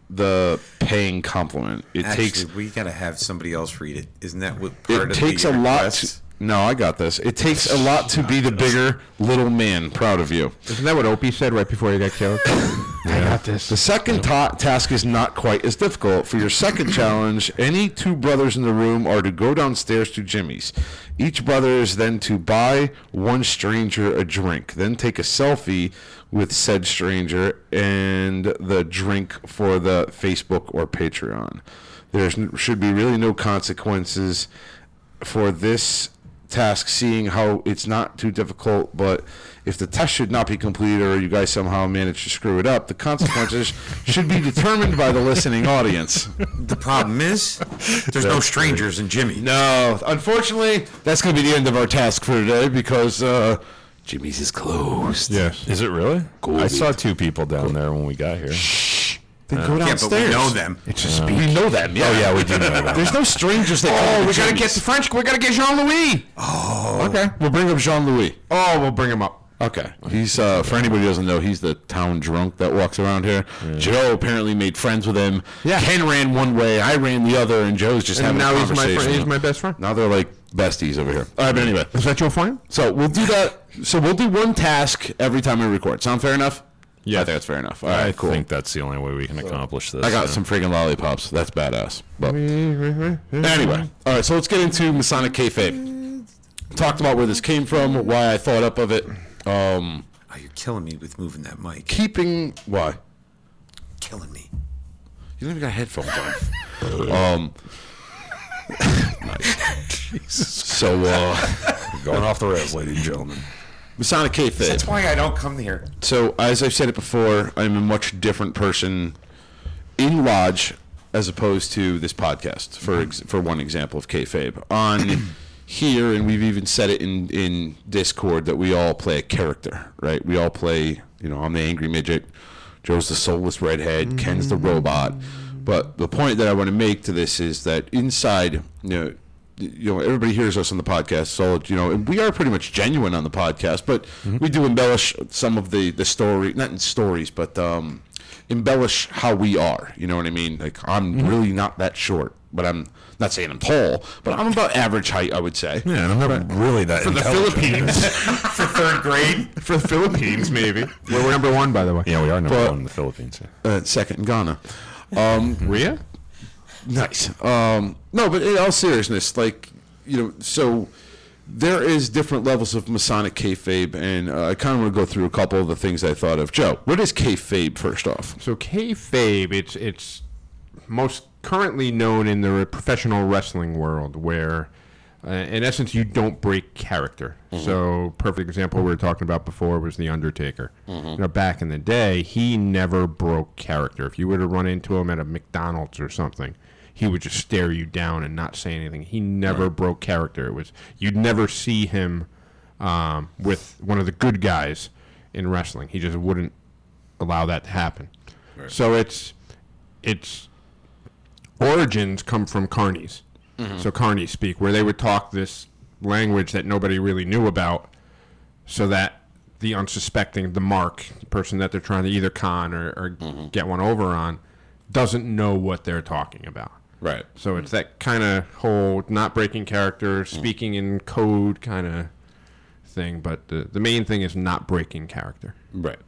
Speaker 2: the paying compliment. It
Speaker 7: Actually,
Speaker 2: takes
Speaker 7: we gotta have somebody else read it. Isn't that what part
Speaker 2: it
Speaker 7: of
Speaker 2: takes
Speaker 7: the
Speaker 2: a lot. To,
Speaker 7: request?
Speaker 2: no, I got this. It takes a lot to be the bigger little man. Proud of you.
Speaker 3: isn't that what Opie said right before he got killed? I got this.
Speaker 2: The second ta- task is not quite as difficult. For your second challenge, any two brothers in the room are to go downstairs to Jimmy's. Each brother is then to buy one stranger a drink, then take a selfie with said stranger and the drink for the Facebook or Patreon. There n- should be really no consequences for this task, seeing how it's not too difficult, but if the test should not be completed or you guys somehow manage to screw it up, the consequences should be determined by the listening audience.
Speaker 7: The problem is, there's no strangers in Jimmy.
Speaker 2: No, unfortunately, that's going to be the end of our task for today because uh, Jimmy's is closed.
Speaker 3: Yes.
Speaker 4: Is it really? I saw two people down there when we got here.
Speaker 2: Then go
Speaker 7: Yeah, but
Speaker 2: downstairs.
Speaker 7: we know them.
Speaker 2: It's just we know them. Yeah. Oh yeah, we do know them. There's no strangers that. Oh, we gotta get the French. We gotta get Jean Louis. Oh. Okay. We'll bring up Jean Louis.
Speaker 3: Oh, we'll bring him up.
Speaker 2: Okay. He's uh, for anybody who doesn't know, he's the town drunk that walks around here. Joe apparently made friends with him.
Speaker 3: Yeah.
Speaker 2: Ken ran one way, I ran the other, and Joe's just
Speaker 3: And
Speaker 2: having a
Speaker 3: now he's my
Speaker 2: conversation.
Speaker 3: friend. He's my best friend.
Speaker 2: now they're like besties over here. All right, but anyway,
Speaker 3: Is that your friend?
Speaker 2: so we'll do that. So we'll do one task every time we record. Sound fair enough?
Speaker 4: Yeah.
Speaker 2: I think that's fair enough. All right,
Speaker 4: I
Speaker 2: cool.
Speaker 4: think that's the only way we can accomplish this.
Speaker 2: I got
Speaker 4: yeah.
Speaker 2: some freaking lollipops. That's badass. But anyway, all right. So let's get into Masonic kayfabe. Talked about where this came from, why I thought up of it. Um,
Speaker 7: Oh, you're killing me with moving that mic.
Speaker 2: keeping why
Speaker 7: Killing me.
Speaker 2: You don't even got headphones on. um, So, uh,
Speaker 4: going off the rails, ladies and gentlemen.
Speaker 2: Masonic
Speaker 7: That's
Speaker 2: kayfabe.
Speaker 7: why I don't come here.
Speaker 2: So, as I've said it before, I'm a much different person in lodge as opposed to this podcast. For ex- for one example of kayfabe on here, and we've even said it in in Discord that we all play a character, right? We all play. You know, I'm the angry midget. Joe's the soulless redhead. Ken's the robot. But the point that I want to make to this is that inside, you know, you know, everybody hears us on the podcast, so you know, and we are pretty much genuine on the podcast, but we do embellish some of the the story, not in stories, but um, embellish how we are. You know what I mean? Like I'm
Speaker 4: Mm-hmm.
Speaker 2: really not that short, but I'm not saying I'm tall, but I'm about average height, I would say.
Speaker 4: Yeah, and I'm not really that For
Speaker 7: For third grade.
Speaker 3: For the Philippines, maybe. We're, we're number one, by the way.
Speaker 4: Yeah, we are number
Speaker 2: But-
Speaker 4: one in the Philippines. yeah.
Speaker 2: Uh, second in Ghana. Um,
Speaker 4: Mm-hmm.
Speaker 3: Rhea?
Speaker 2: Nice. Um, no, but in all seriousness, like you know, so there is different levels of Masonic kayfabe, and uh, I kind of want to go through a couple of the things I thought of. Joe, what is kayfabe first off?
Speaker 3: So kayfabe, it's it's most currently known in the professional wrestling world, where uh, in essence you don't break character. So perfect example we were talking about before was the Undertaker. You know, back in the day, he never broke character. If you were to run into him at a McDonald's or something. He would just stare you down and not say anything. He never broke character. It was you'd never see him um, with one of the good guys in wrestling. He just wouldn't allow that to happen. So it's its origins come from carnies. So carnies speak, where they would talk this language that nobody really knew about, so that the unsuspecting, the mark, the person that they're trying to either con or, or get one over on, doesn't know what they're talking about.
Speaker 2: Right.
Speaker 3: So it's that kind of whole not breaking character, speaking in code kind of thing. But the, the main thing is not breaking character.
Speaker 2: Right.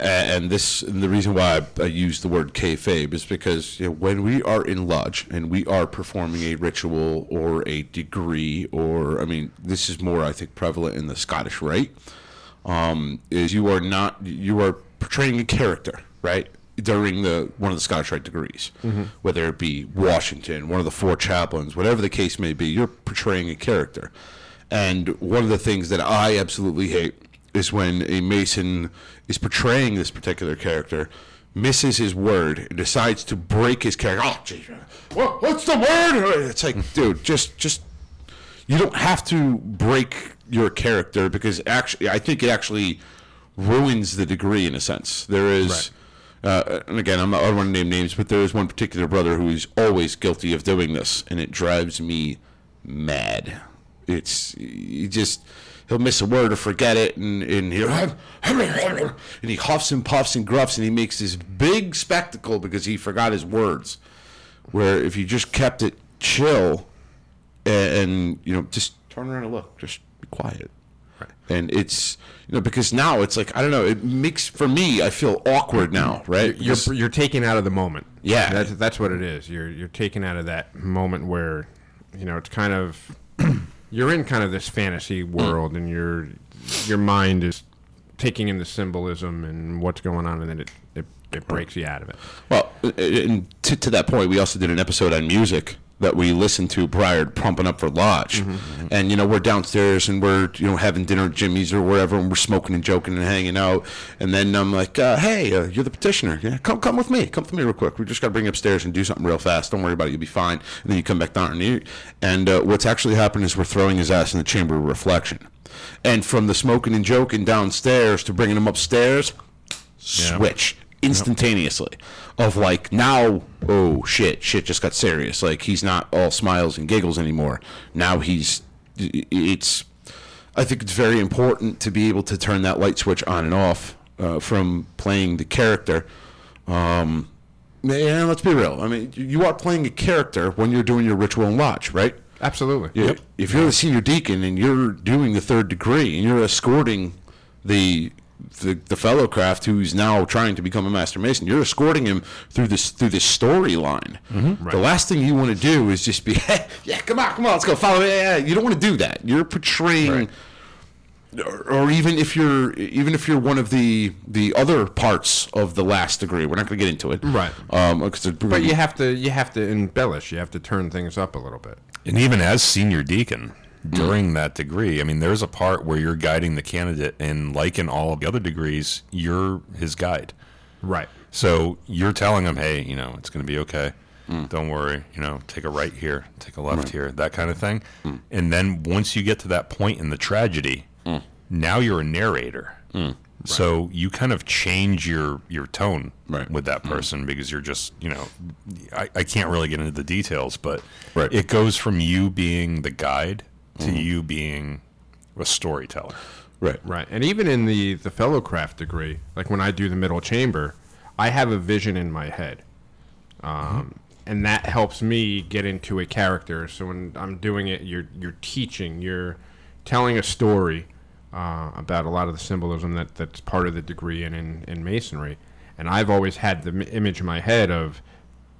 Speaker 2: A- And this, and the reason why I- I use the word kayfabe is because you know, when we are in lodge and we are performing a ritual or a degree, or I mean, this is more I think prevalent in the Scottish right, um, is you are not you are portraying a character right during the one of the Scottish rite degrees, whether it be Washington, one of the four chaplains, whatever the case may be, you're portraying a character. And one of the things that I absolutely hate is when a Mason is portraying this particular character, misses his word, and decides to break his character. Oh, gee, what, what's the word? It's like, dude, just just you don't have to break your character because actually, I think it actually ruins the degree in a sense. There is, uh, and again, I'm not, I don't want to name names, but there is one particular brother who is always guilty of doing this, and it drives me mad. It's you just he'll miss a word or forget it, and and he and he huffs and puffs and gruffs, and he makes this big spectacle because he forgot his words. Where if you just kept it chill and, and you know just turn around and look just be quiet and it's you know because now it's like i don't know it makes for me i feel awkward now right
Speaker 3: You're,
Speaker 2: Because-
Speaker 3: you're taken out of the moment.
Speaker 2: Yeah.
Speaker 3: that's, that's what it is. You're you're taken out of that moment where, you know, it's kind of you're in kind of this fantasy world, and your your mind is taking in the symbolism and what's going on, and then it it, it breaks you out of it.
Speaker 2: well uh, and to, to that point we also did an episode on music that we listened to prior to pumping up for lodge and you know we're downstairs and we're you know having dinner at jimmy's or wherever and we're smoking and joking and hanging out and then i'm like uh, hey uh, you're the petitioner yeah come come with me come with me real quick we just got to bring you upstairs and do something real fast don't worry about it you'll be fine and then you come back down and you and uh, what's actually happened is we're throwing his ass in the chamber of reflection and from the smoking and joking downstairs to bringing him upstairs switch instantaneously of like now oh shit shit just got serious like he's not all smiles and giggles anymore now he's it's i think it's very important to be able to turn that light switch on and off uh, from playing the character um and let's be real i mean you are playing a character when you're doing your ritual and lodge right
Speaker 3: Absolutely.
Speaker 2: yeah, If you're the senior deacon and you're doing the third degree and you're escorting the the, the fellow craft who's now trying to become a master mason, you're escorting him through this through this storyline.
Speaker 3: Mm-hmm.
Speaker 2: The last thing you want to do is just be, hey, yeah, come on, come on, let's go, follow me. Yeah, yeah." You don't want to do that. You're portraying or, or even if you're even if you're one of the the other parts of the last degree, we're not going to get into it,
Speaker 3: Right.
Speaker 2: Um, 'cause they're-
Speaker 3: But you have to you have to embellish. You have to turn things up a little bit.
Speaker 4: And even as senior deacon during that degree, I mean, there's a part where you're guiding the candidate, and like in all of the other degrees, you're his guide.
Speaker 3: Right.
Speaker 4: So you're telling him, hey, you know, it's going to be okay. Don't worry. You know, take a Mm. right Mm. here, take a left here, that kind of thing. And then once you get to that point in the tragedy, now you're a narrator. So you kind of change your your tone
Speaker 2: Right.
Speaker 4: with that person because you're just you know I, I can't really get into the details but
Speaker 2: Right.
Speaker 4: it goes from you being the guide to you being a storyteller
Speaker 2: right,
Speaker 3: Right. And even in the the fellow craft degree, like when I do the middle chamber, I have a vision in my head. Um, and that helps me get into a character. So when I'm doing it, you're you're teaching, you're telling a story uh, about a lot of the symbolism that, that's part of the degree and in, in masonry. And I've always had the m- image in my head of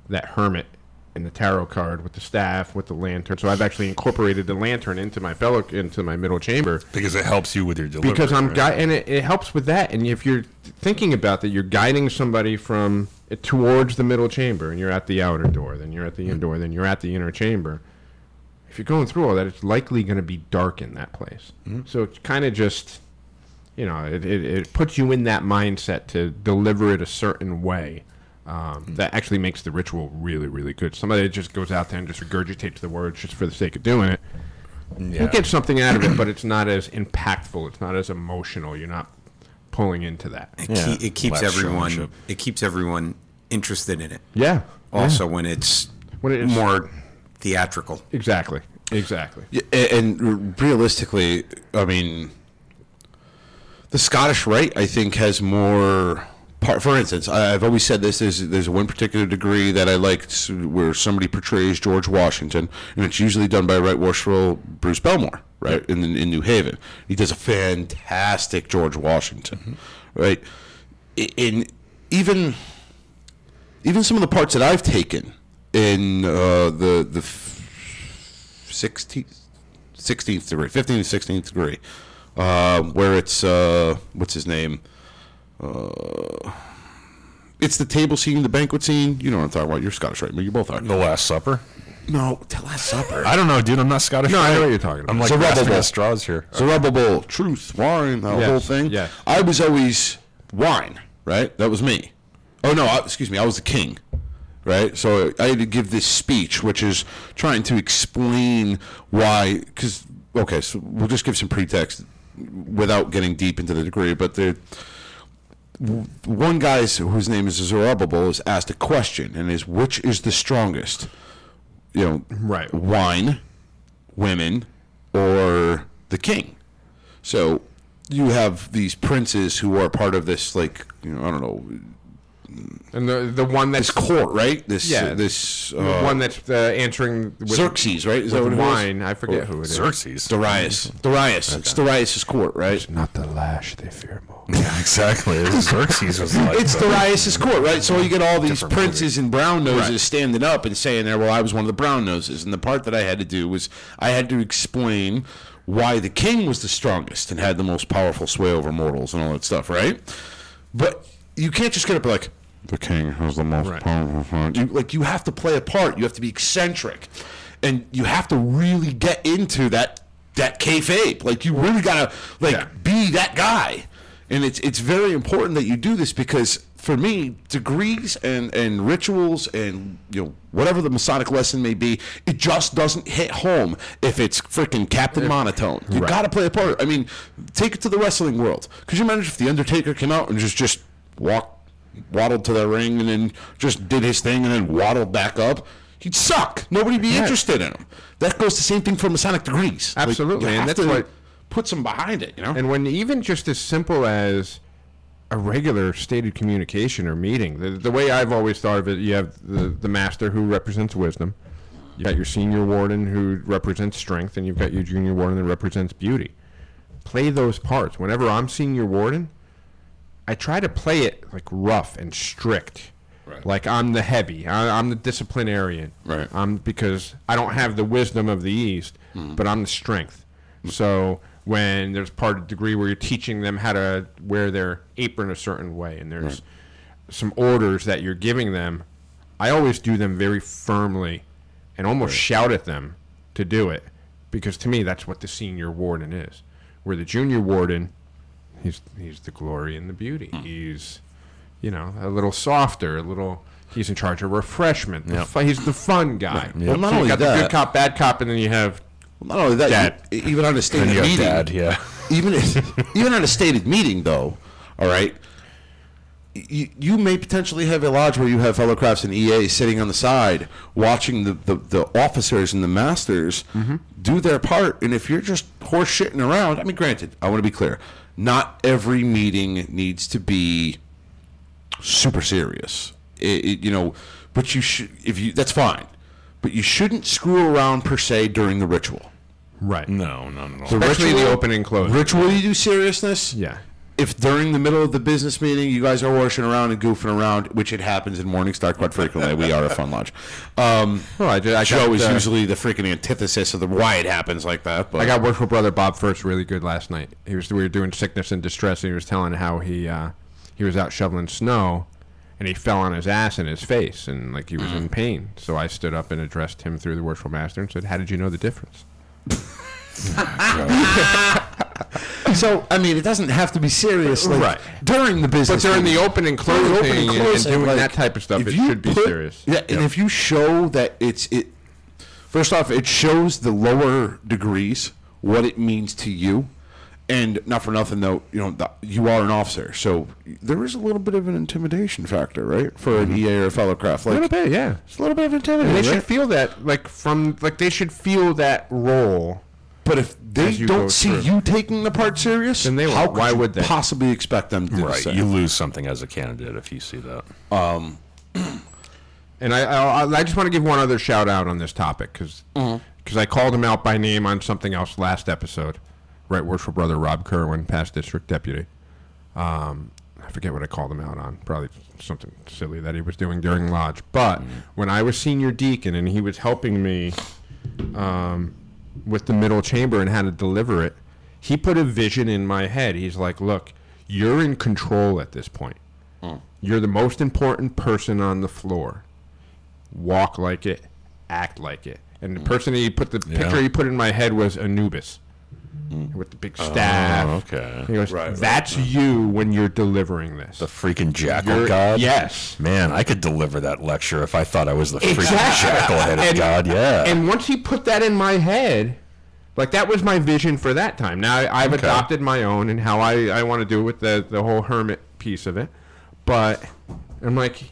Speaker 3: that hermit and the tarot card with the staff with the lantern. So I've actually incorporated the lantern into my fellow into my middle chamber
Speaker 4: because it helps you with your delivery
Speaker 3: because I'm
Speaker 4: right?
Speaker 3: gui- and it, it helps with that. And if you're thinking about that, you're guiding somebody from eh, towards the middle chamber, and you're at the outer door, then you're at the indoor, then you're at the inner chamber. If you're going through all that, it's likely going to be dark in that place. So it's kind of just, you know, it, it, it puts you in that mindset to deliver it a certain way. Um,
Speaker 2: Mm.
Speaker 3: That actually makes the ritual really, really good. Somebody that just goes out there and just regurgitates the words just for the sake of doing it you get something out of it, but it's not as impactful. It's not as emotional. You're not pulling into that.
Speaker 7: It,
Speaker 4: Yeah.
Speaker 7: ke- it keeps
Speaker 4: Less
Speaker 7: everyone.
Speaker 4: showmanship.
Speaker 7: It keeps everyone interested in it.
Speaker 3: Yeah.
Speaker 7: Also, when it's
Speaker 3: When it is-
Speaker 7: more theatrical.
Speaker 3: Exactly. Exactly.
Speaker 2: Yeah, a- and r- realistically, I mean, the Scottish right, I think, has more. Part, for instance, I- I've always said this: there's, there's one particular degree that I like, s- where somebody portrays George Washington, and it's usually done by Right Worshipful Bruce Belmore, right in in New Haven. He does a fantastic George Washington, right? I- In even even some of the parts that I've taken in uh, the the sixteenth sixteenth degree, fifteenth to sixteenth degree, uh, where it's uh, what's his name? Uh, it's the table scene, the banquet scene. You know what I'm talking about. You're Scottish, right? You both are.
Speaker 4: The Last Supper.
Speaker 2: No, the Last Supper.
Speaker 4: I don't know, dude. I'm not Scottish.
Speaker 3: No, I know what you're talking
Speaker 4: I'm
Speaker 2: It's
Speaker 3: about.
Speaker 4: like
Speaker 2: a rubble
Speaker 4: grasping
Speaker 2: ball.
Speaker 4: at straws here.
Speaker 2: Zerubbabel, truth, wine, that
Speaker 3: Yes,
Speaker 2: whole thing.
Speaker 3: yes.
Speaker 2: I was always wine, right? That was me. Oh no, I, excuse me, I was the king, right? So I had to give this speech, which is trying to explain why. Because okay, so we'll just give some pretext without getting deep into the degree, but there one guy's whose name is Zerubbabel is asked a question, and is which is the strongest? You know,
Speaker 3: Right.
Speaker 2: Wine, women, or the king. So you have these princes who are part of this, like you know, I don't know,
Speaker 3: And the the one that's
Speaker 2: this court, right? This
Speaker 3: Yeah.
Speaker 2: this uh,
Speaker 3: the one that's uh, answering with,
Speaker 2: Xerxes, right? Is that
Speaker 3: with
Speaker 2: what it was? Oh,
Speaker 3: wine. I forget who it is.
Speaker 4: Xerxes.
Speaker 2: Darius. Darius. It's Darius's court, right?
Speaker 3: Not the lash they fear most.
Speaker 4: Yeah, exactly. Xerxes was like.
Speaker 2: It's
Speaker 4: the-
Speaker 2: Darius's court, right? So you get all these
Speaker 4: Different
Speaker 2: princes and brown noses standing up and saying there, well, I was one of the brown noses. And the part that I had to do was I had to explain why the king was the strongest and had the most powerful sway over mortals and all that stuff, right? But you can't just get up and like the king has the most
Speaker 3: Right.
Speaker 2: powerful. You, like you have to play a part. You have to be eccentric, and you have to really get into that that kayfabe. Like you really gotta like
Speaker 3: Yeah.
Speaker 2: be that guy. And it's it's very important that you do this because for me, degrees and and rituals and you know whatever the Masonic lesson may be, it just doesn't hit home if it's freaking Captain Monotone. You
Speaker 3: Right.
Speaker 2: gotta play a part. I mean, take it to the wrestling world. Could you imagine if the Undertaker came out and just just walked, waddled to the ring and then just did his thing and then waddled back up? He'd suck. Nobody'd be interested in him. That goes the same thing for Masonic degrees. Like, you
Speaker 3: Absolutely, and
Speaker 2: have
Speaker 3: that's
Speaker 2: to
Speaker 3: what-
Speaker 2: put some behind it. You know.
Speaker 3: And when even just as simple as a regular stated communication or meeting, the, the way I've always thought of it, you have the, the master who represents wisdom, you got your senior warden who represents strength, and you've got your junior warden that represents beauty. Play those parts. Whenever I'm senior warden, I try to play it like rough and strict. Like I'm the heavy, I, I'm the disciplinarian.
Speaker 2: Right.
Speaker 3: I'm because I don't have the wisdom of the East, but I'm the strength. So when there's part of the degree where you're teaching them how to wear their apron a certain way, and there's some orders that you're giving them, I always do them very firmly, and almost shout at them to do it, because to me that's what the senior warden is. Where the junior warden, he's he's the glory and the beauty.
Speaker 4: Hmm.
Speaker 3: He's you know a little softer, a little. He's in charge of refreshment. The fu- he's the fun guy.
Speaker 2: Well, not
Speaker 3: So
Speaker 2: only
Speaker 3: you got the
Speaker 2: that-
Speaker 3: good cop, bad cop, and then you have
Speaker 2: Well, not only that,
Speaker 3: Dad.
Speaker 2: you- e-, even on a stated
Speaker 4: you have
Speaker 2: meeting,
Speaker 4: dad, yeah.
Speaker 2: even if, even on a stated meeting, though, all right, you, you may potentially have a lodge where you have fellow crafts and EA sitting on the side watching the, the, the officers and the masters do their part, and if you're just horse shitting around, I mean, granted, I want to be clear, not every meeting needs to be super serious. It, it, you know, but you should if you that's fine, but you shouldn't screw around per se during the ritual.
Speaker 3: right,
Speaker 4: No, no, no.
Speaker 2: The
Speaker 3: especially the opening and closing.
Speaker 2: Ritual, you do seriousness.
Speaker 3: Yeah,
Speaker 2: If during the middle of the business meeting you guys are washing around and goofing around, which it happens in Morningstar quite frequently, we are a fun lodge. Um,
Speaker 3: well, I, ju- I
Speaker 2: Joe
Speaker 3: got,
Speaker 2: is
Speaker 3: uh,
Speaker 2: usually the freaking antithesis of the why it happens like that. But
Speaker 3: I got worshipful brother Bob First really good last night. He was we were doing sickness and distress, and he was telling how he uh, he was out shoveling snow, and he fell on his ass and his face, and like he was in pain. So I stood up and addressed him through the worshipful master and said, "How did you know the difference?"
Speaker 2: so I mean, it doesn't have to be serious, like,
Speaker 3: Right.
Speaker 2: during the
Speaker 3: But
Speaker 2: business.
Speaker 3: during the
Speaker 2: meeting.
Speaker 3: open and closing,
Speaker 2: During the open and
Speaker 3: and,
Speaker 2: closing,
Speaker 3: doing
Speaker 2: like,
Speaker 3: that type of stuff,
Speaker 2: if
Speaker 3: it
Speaker 2: you
Speaker 3: should be
Speaker 2: put-
Speaker 3: serious.
Speaker 2: Yeah, and
Speaker 3: Yep.
Speaker 2: if you show that it's it, first off, it shows the lower degrees what it means to you, and not for nothing though, you know, the, you are an officer, so there is a little bit of an intimidation factor, right, for
Speaker 3: Mm-hmm.
Speaker 2: an EA or a fellow craft,
Speaker 3: a
Speaker 2: like
Speaker 3: little bit, yeah.
Speaker 2: it's a little bit of
Speaker 3: And
Speaker 2: intimidation.
Speaker 3: they
Speaker 2: right?
Speaker 3: should feel that, like from, like they should feel that role
Speaker 2: But if they
Speaker 3: As you go
Speaker 2: don't see
Speaker 3: through.
Speaker 2: you taking the part serious,
Speaker 3: Then they
Speaker 2: how
Speaker 3: won't.
Speaker 2: could
Speaker 3: Why
Speaker 2: you
Speaker 3: would they?
Speaker 2: possibly expect them to? do the
Speaker 4: Right.
Speaker 2: same?
Speaker 4: You lose something as a candidate if you see that.
Speaker 3: And I, I, I just want to give one other shout out on this topic because I called him out by name on something else last episode. Right worshipful brother Rob Kerwin, past district deputy. Um, I forget what I called him out on. Probably something silly that he was doing during lodge. But when I was senior deacon and he was helping me um, with the middle chamber and how to deliver it, he put a vision in my head. He's like, look, you're in control at this point. You're the most important person on the floor. Walk like it, act like it. And the person he put the picture he put in my head was Anubis with the big staff.
Speaker 4: okay.
Speaker 3: He goes, that's you when you're delivering this.
Speaker 4: The freaking jackal
Speaker 3: You're-
Speaker 4: god.
Speaker 3: Yes.
Speaker 4: Man, I could deliver that lecture if I thought I was the freaking
Speaker 3: Exactly.
Speaker 4: jackal headed
Speaker 3: And-
Speaker 4: god. Yeah.
Speaker 3: And once he put that in my head, like that was my vision for that time. Now I, I've adopted my own and how I, I want to do with the, the whole hermit piece of it. But I'm like,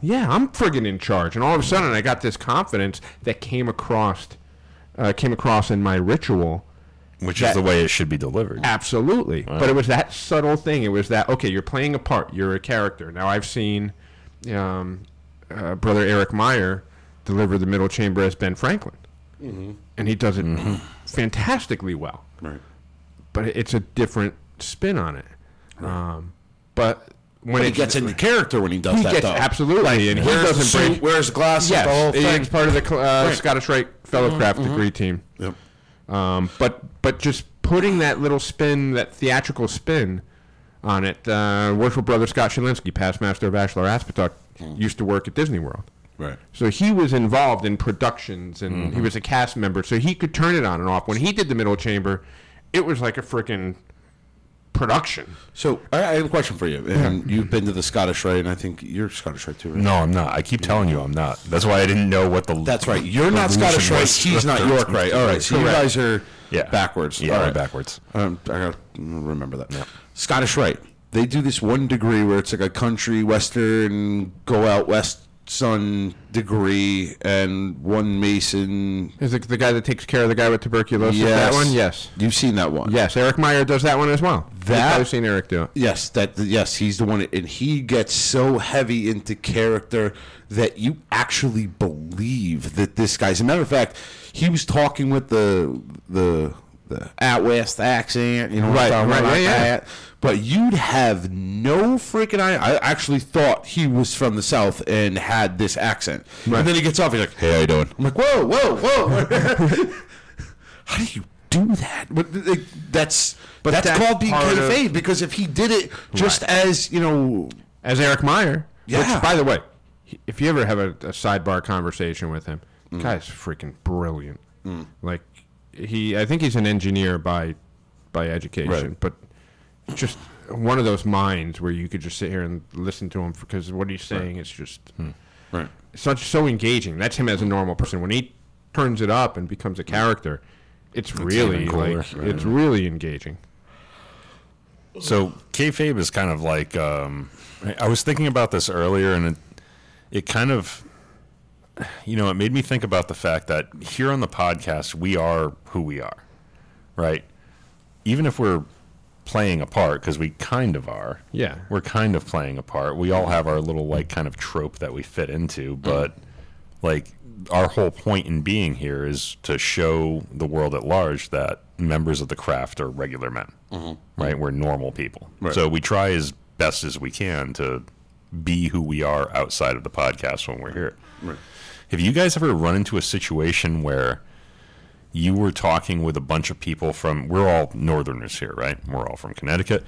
Speaker 3: yeah, I'm friggin' in charge. And all of a sudden, I got this confidence that came across, uh, came across in my ritual.
Speaker 4: Which
Speaker 3: that-
Speaker 4: is the way it should be delivered.
Speaker 3: Absolutely. But it was that subtle thing. It was that okay, you're playing a part. You're a character. Now I've seen um, uh, brother Eric Meyer deliver the middle chamber as Ben Franklin,
Speaker 2: Mm-hmm.
Speaker 3: and he does it fantastically well. Right. But it's a different spin on it. Um, but when
Speaker 2: But he
Speaker 3: it's-
Speaker 2: gets into character when he does
Speaker 3: he
Speaker 2: that,
Speaker 3: gets-
Speaker 2: though.
Speaker 3: absolutely, and he
Speaker 7: Where's the
Speaker 3: doesn't break
Speaker 7: suit? Where's the glasses? The whole
Speaker 3: Yes,
Speaker 7: thing. Mm-hmm.
Speaker 3: he's part of the cl- uh, Scottish Rite Fellowcraft degree team.
Speaker 2: Yep.
Speaker 3: Um, but but just putting that little spin, that theatrical spin on it. Uh, worshipful brother Scott Shalinsky, past master of Ashlar Aspitak,
Speaker 7: Mm.
Speaker 3: used to work at Disney World.
Speaker 2: Right.
Speaker 3: So he was involved in productions and
Speaker 7: Mm-hmm.
Speaker 3: he was a cast member, so he could turn it on and off. When he did the middle chamber, it was like a freaking production.
Speaker 2: So I, I have a question for you. And you've been to the Scottish Rite, and I think you're Scottish Rite too. Right?
Speaker 4: No, I'm not. I keep telling you I'm not. That's why I didn't know what the.
Speaker 2: That's right. You're not
Speaker 4: Revolution
Speaker 2: Scottish Rite.
Speaker 4: was.
Speaker 2: He's not York Rite. All right. So you guys are
Speaker 4: Yeah.
Speaker 2: backwards.
Speaker 4: Yeah,
Speaker 2: All
Speaker 4: we're
Speaker 2: right.
Speaker 4: backwards.
Speaker 2: Um, I got to remember that. Scottish Rite. They do this one degree where it's like a country western go out west sun degree and one mason.
Speaker 3: Is it the guy that takes care of the guy with tuberculosis? That
Speaker 2: Yes.
Speaker 3: one? Yes.
Speaker 2: You've seen that one.
Speaker 3: Yes, Eric Meyer does that one as well.
Speaker 2: That-
Speaker 3: I've seen Eric do it.
Speaker 2: Yes, that yes, he's the one, and he gets so heavy into character that you actually believe that this guy. As a matter of fact, he was talking with the the the out west accent, you know,
Speaker 3: Right,
Speaker 2: what I'm talking
Speaker 3: right,
Speaker 2: about
Speaker 3: yeah, yeah.
Speaker 2: that. But you'd have no freaking idea. I actually thought he was from the south and had this accent,
Speaker 3: Right.
Speaker 2: and then he gets off. He's like, "Hey, how you doing?" I'm like, "Whoa, whoa, whoa." how do you do that? But uh, like, that's but that's
Speaker 3: that's
Speaker 2: called being
Speaker 3: part of-
Speaker 2: kayfabe because if he did it just as you know,
Speaker 3: as Eric Meyer.
Speaker 2: Yeah.
Speaker 3: Which, by the way, he- if you ever have a, a sidebar conversation with him, guy's freaking brilliant. Like he, I think he's an engineer by by education,
Speaker 2: Right.
Speaker 3: but just one of those minds where you could just sit here and listen to him because what he's saying is just
Speaker 2: right?
Speaker 3: such so engaging. That's him as a normal person. When he turns it up and becomes a character, it's, really
Speaker 4: even cooler,
Speaker 3: like
Speaker 4: right.
Speaker 3: it's really engaging.
Speaker 4: So kayfabe is kind of like um, I- I was thinking about this earlier, and it, it kind of, you know, it made me think about the fact that here on the podcast we are who we are, right? Even if we're playing a part, because we kind of are.
Speaker 3: Yeah.
Speaker 4: we're kind of playing a part. We all have our little like kind of trope that we fit into, but like our whole point in being here is to show the world at large that members of the craft are regular men right we're normal people so we try as best as we can to be who we are outside of the podcast when we're here have you guys ever run into a situation where you were talking with a bunch of people from we're all northerners here right we're all from connecticut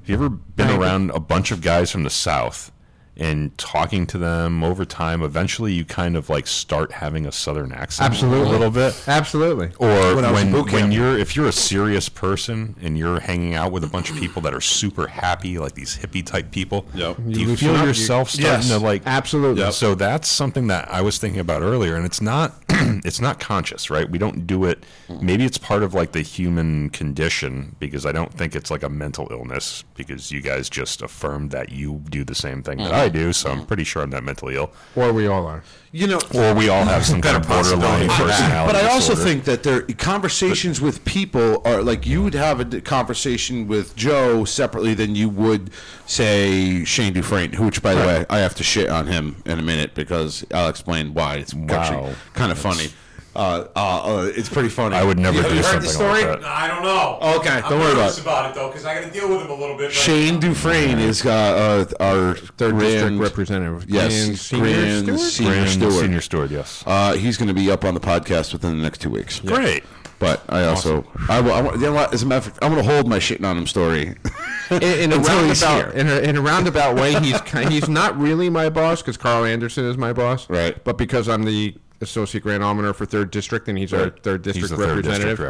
Speaker 4: have you ever been around a bunch of guys from the south and talking to them over time eventually you kind of like start having a southern accent a little bit
Speaker 3: Absolutely.
Speaker 4: or
Speaker 2: When
Speaker 4: when
Speaker 2: I was in
Speaker 4: when,
Speaker 2: boot camp.
Speaker 4: you're if you're a serious person and you're hanging out with a bunch of people that are super happy, like these hippie type people,
Speaker 2: Yep.
Speaker 4: do you,
Speaker 3: loosen
Speaker 4: feel
Speaker 3: up, you-
Speaker 4: yourself
Speaker 2: Yes.
Speaker 4: starting to like
Speaker 3: Absolutely.
Speaker 4: So that's something that I was thinking about earlier, and it's not it's not conscious, right? We don't do it. Maybe it's part of like the human condition because I don't think it's like a mental illness because you guys just affirmed that you do the same thing that I do. So I'm pretty sure I'm not mentally ill.
Speaker 3: Or we all are.
Speaker 2: You know,
Speaker 4: Or we all have some kind of borderline
Speaker 7: possibility for that.
Speaker 4: personality.
Speaker 2: But I also
Speaker 4: disorder.
Speaker 2: think that their conversations with people are like you would have a d- conversation with Joe separately than you would say Shane Dufresne, who, which by the way I have to shit on him in a minute because I'll explain why. It's actually kind of funny. Uh, uh, uh, it's pretty funny.
Speaker 4: I would never
Speaker 2: You- have
Speaker 4: do
Speaker 2: you heard
Speaker 4: something
Speaker 2: the story?
Speaker 4: like that.
Speaker 8: I don't know.
Speaker 2: Okay,
Speaker 8: I'm
Speaker 2: don't worry about
Speaker 8: nervous
Speaker 2: it.
Speaker 8: about it though, because I got to deal with him a little bit. but-
Speaker 2: Shane Dufresne is uh, uh, our
Speaker 3: Third district
Speaker 2: grand-
Speaker 3: representative. Grand
Speaker 2: Yes,
Speaker 3: senior
Speaker 2: grand
Speaker 3: steward?
Speaker 2: senior
Speaker 4: Grand
Speaker 2: steward.
Speaker 4: Senior steward, yes.
Speaker 2: Uh, he's going to be up on the podcast within the next two weeks.
Speaker 4: Great.
Speaker 2: But I also, I, will- I, want- you know what? As a matter of fact, I'm going to hold my shitting on him story.
Speaker 3: in, in a
Speaker 2: Until he's
Speaker 3: roundabout
Speaker 2: here.
Speaker 3: in a, in a roundabout way he's ki- he's not really my boss because Carl Anderson is my boss
Speaker 2: Right.
Speaker 3: but because I'm the associate grand almoner for third district and he's our third
Speaker 4: He's
Speaker 3: district
Speaker 4: the third
Speaker 3: representative
Speaker 4: district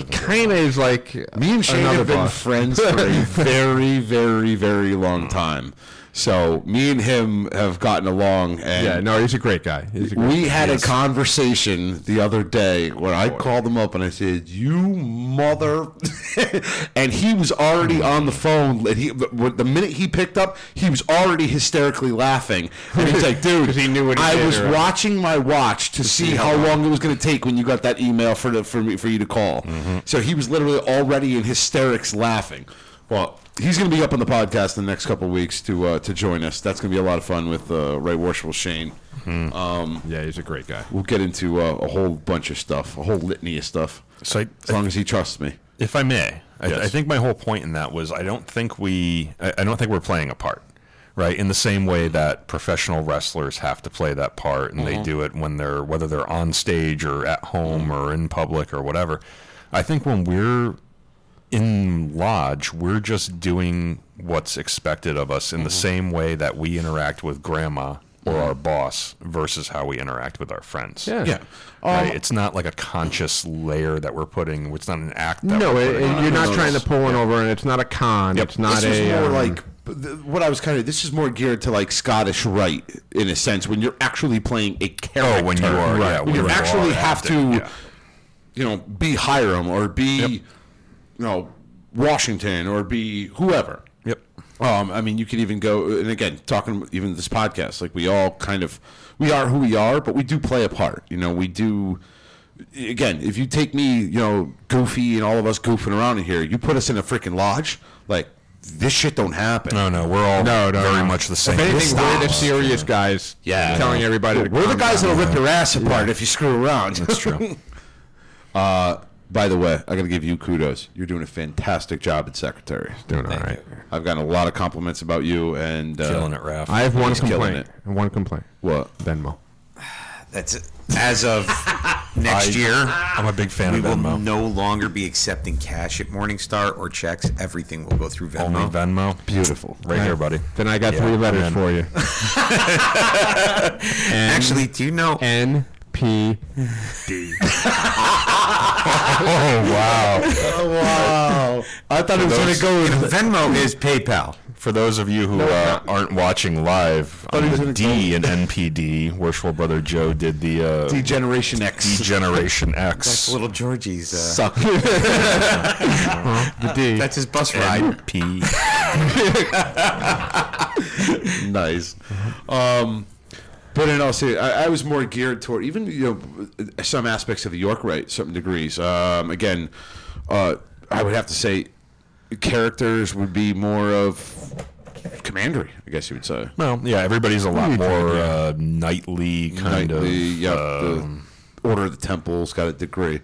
Speaker 4: representative.
Speaker 3: kind of is like
Speaker 2: Me and Shane
Speaker 3: another
Speaker 2: have been
Speaker 3: boss.
Speaker 2: friends for a very, very, very long time. So me and him have gotten along, and
Speaker 3: yeah no he's a great guy he's a great
Speaker 2: we had a conversation the other day where I called him up and I said, "You mother," and he was already on the phone. And he, but the minute he picked up, he was already hysterically laughing. And he's like, "Dude,
Speaker 3: 'Cause he knew what he
Speaker 2: I
Speaker 3: did,
Speaker 2: was
Speaker 3: right?
Speaker 2: watching my watch to, see, how long, it was going to take when you got that email for the, for me for you to call."
Speaker 3: Mm-hmm.
Speaker 2: So he was literally already in hysterics laughing. Well. He's going to be up on the podcast in the next couple of weeks to uh, to join us. That's going to be a lot of fun with uh, Ray Worshipful Shane
Speaker 3: yeah he's a great guy
Speaker 2: we'll get into uh, a whole bunch of stuff, a whole litany of stuff,
Speaker 4: So I,
Speaker 2: as long as he trusts me.
Speaker 4: If I may, I,
Speaker 2: Yes.
Speaker 4: I think my whole point in that was I don't think we, I, I don't think we're playing a part, right? In the same way that professional wrestlers have to play that part, and they do it when they're whether they're on stage or at home or in public or whatever. I think when we're in lodge, we're just doing what's expected of us in the same way that we interact with grandma or our boss versus how we interact with our friends.
Speaker 3: yeah
Speaker 4: Right? It's not like a conscious layer that we're putting. It's not an act. That
Speaker 3: no
Speaker 4: we're
Speaker 3: it,
Speaker 4: putting on.
Speaker 3: and you're not trying to pull one over and it's not a con it's not
Speaker 2: this
Speaker 3: a
Speaker 2: is more
Speaker 3: um,
Speaker 2: like th- what I was kind of. This is more geared to like Scottish rite in a sense when you're actually playing a character.
Speaker 4: when you are, yeah,
Speaker 2: when,
Speaker 4: when
Speaker 2: you
Speaker 4: you
Speaker 2: actually
Speaker 4: are
Speaker 2: have to,
Speaker 4: acting, yeah.
Speaker 2: you know, be Hiram or be, you know, Washington or be whoever.
Speaker 4: Yep.
Speaker 2: Um, I mean, you could even go, and again, talking even this podcast, like we all kind of, we are who we are, but we do play a part. You know, we do. Again, if you take me, you know, goofy and all of us goofing around in here, you put us in a freaking lodge, like this shit don't happen.
Speaker 4: No, no, we're all
Speaker 3: no, no,
Speaker 4: very
Speaker 3: no.
Speaker 4: much the same.
Speaker 3: if anything
Speaker 4: Stop.
Speaker 3: we're the serious guys
Speaker 2: Yeah.
Speaker 3: telling everybody to
Speaker 2: We're the
Speaker 3: calm
Speaker 2: guys
Speaker 3: down.
Speaker 2: that'll rip your ass apart if you screw around. That's Uh,
Speaker 4: true.
Speaker 2: By the way, I got to give you kudos. You're doing a fantastic job at secretary.
Speaker 3: doing all right
Speaker 2: I've gotten a lot of compliments about you and uh,
Speaker 4: Killing it, Raph.
Speaker 3: I have one
Speaker 2: He's killing
Speaker 3: complaint one complaint
Speaker 2: What?
Speaker 3: Venmo
Speaker 7: That's as of next year.
Speaker 4: I'm a big fan
Speaker 7: We
Speaker 4: of
Speaker 7: will
Speaker 4: Venmo.
Speaker 7: no longer be accepting cash at Morningstar or checks. Everything will go through
Speaker 4: Only
Speaker 7: Venmo.
Speaker 4: Venmo.
Speaker 2: Beautiful.
Speaker 4: Right here, buddy.
Speaker 3: Then I got
Speaker 4: Yeah,
Speaker 3: three letters
Speaker 4: I'm in.
Speaker 3: for you. N-
Speaker 7: Actually, do you know?
Speaker 3: N P.
Speaker 2: wow. I thought it was going to go with
Speaker 7: Venmo is PayPal.
Speaker 4: For those of you who uh, aren't watching live, on the D in NPD, Worshipful Brother Joe did the uh, D
Speaker 2: Generation X.
Speaker 4: Generation X.
Speaker 7: Little Georgie's. Uh,
Speaker 2: Suck.
Speaker 3: The D.
Speaker 7: that's his bus ride.
Speaker 4: P.
Speaker 2: nice. Um, but in all seriousness, I, I was more geared toward even you know some aspects of the York right, some degrees. Um, again, uh, I would have to say characters would be more of commandery, I guess you would say.
Speaker 4: Well, yeah, everybody's a lot more uh, knightly kind
Speaker 2: Knightly,
Speaker 4: of.
Speaker 2: yeah,
Speaker 4: um,
Speaker 2: the Order of the Temple's got a degree.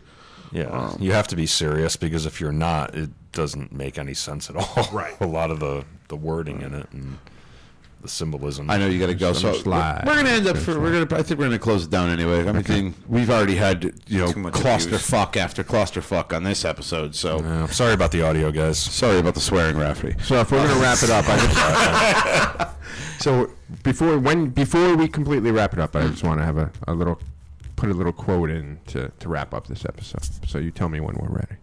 Speaker 4: Yeah, you have to be serious because if you're not, it doesn't make any sense at all. Right. a lot of the the wording in it and the symbolism.
Speaker 2: I know you got to go. So
Speaker 3: slide.
Speaker 2: we're gonna end up. For, we're gonna. I think we're gonna close it down anyway. I mean, we've already had you know
Speaker 7: much
Speaker 2: clusterfuck after clusterfuck on this episode. So
Speaker 4: Yeah, sorry about the audio, guys.
Speaker 2: sorry about the swearing, Rafferty.
Speaker 3: So if we're gonna wrap it up, I just. so before when before we completely wrap it up, I just want to have a, a little put a little quote in to, to wrap up this episode. So you tell me when we're ready.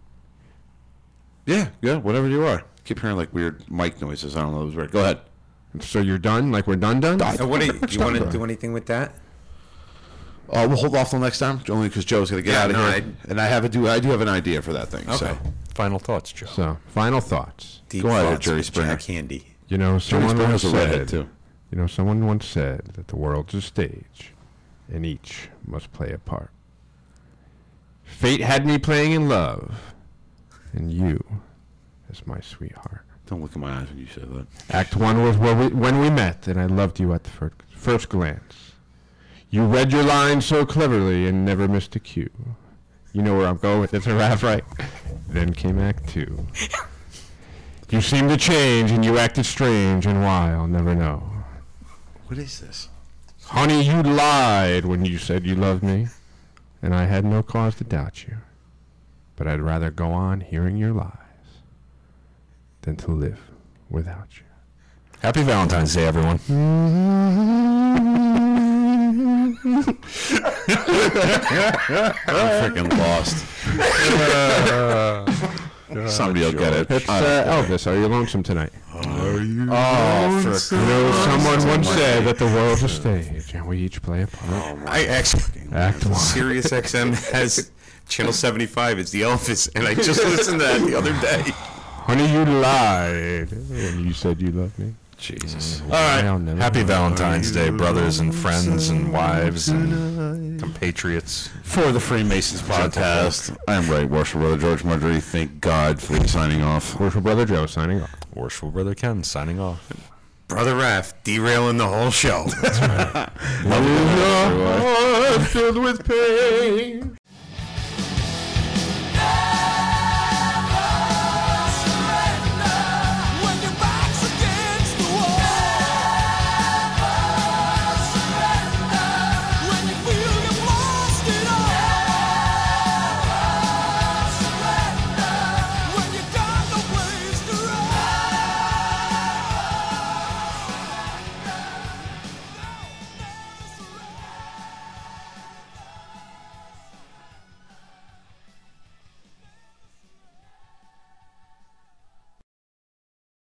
Speaker 2: Yeah, yeah, whatever you are. Keep hearing like weird mic noises. I don't know those were. Go ahead.
Speaker 3: So you're done, like we're done, done.
Speaker 7: Uh, what do you, do you want to do anything with that?
Speaker 2: Uh, we'll hold off till next time, only because Joe's gonna get
Speaker 7: Yeah,
Speaker 2: out of
Speaker 7: no,
Speaker 2: here, and I have a do. I do have an idea for that thing. So
Speaker 4: Final thoughts, Joe.
Speaker 3: So, final thoughts.
Speaker 7: Deep
Speaker 2: Go ahead,
Speaker 7: thoughts
Speaker 2: Jerry
Speaker 7: with
Speaker 2: Springer.
Speaker 7: Jack Handy.
Speaker 3: You know, someone
Speaker 2: Springer
Speaker 3: once
Speaker 2: was a redhead,
Speaker 3: said,
Speaker 2: too.
Speaker 3: you know, someone once said that the world's a stage, and each must play a part. Fate had me playing in love, and you, as my sweetheart.
Speaker 2: don't look in my eyes when you say that.
Speaker 3: Act one was where we, when we met, and I loved you at the fir- first glance. You read your lines so cleverly and never missed a cue. You know where I'm going with this, a rap, right? Then came Act two. You seemed to change, and you acted strange, and why I'll never know.
Speaker 2: What is this?
Speaker 3: Honey, you lied when you said you loved me, and I had no cause to doubt you. But I'd rather go on hearing your lies than to live without you.
Speaker 4: Happy Valentine's Day, everyone.
Speaker 2: I'm freaking lost. Somebody will get it.
Speaker 3: It's
Speaker 2: I don't
Speaker 3: uh, Elvis. Are you lonesome tonight?
Speaker 2: Oh, for
Speaker 3: You know, someone once said that the world's a stage and we each play a part.
Speaker 7: I actually
Speaker 3: Act one.
Speaker 7: Sirius XM has channel 75 is the Elvis, and I just listened to that the other day.
Speaker 3: Honey, you lied when you said you loved me.
Speaker 2: Jesus.
Speaker 4: All right.
Speaker 3: I'll never
Speaker 4: Happy Valentine's Day, brothers and friends and wives and compatriots.
Speaker 2: For the Freemasons podcast, I am right, Worship Brother George Marjorie. Thank God for signing off.
Speaker 3: Worship Brother Joe signing off.
Speaker 4: Worshipful Brother Ken signing off.
Speaker 7: Brother Raph derailing the whole show.
Speaker 3: Love filled with pain.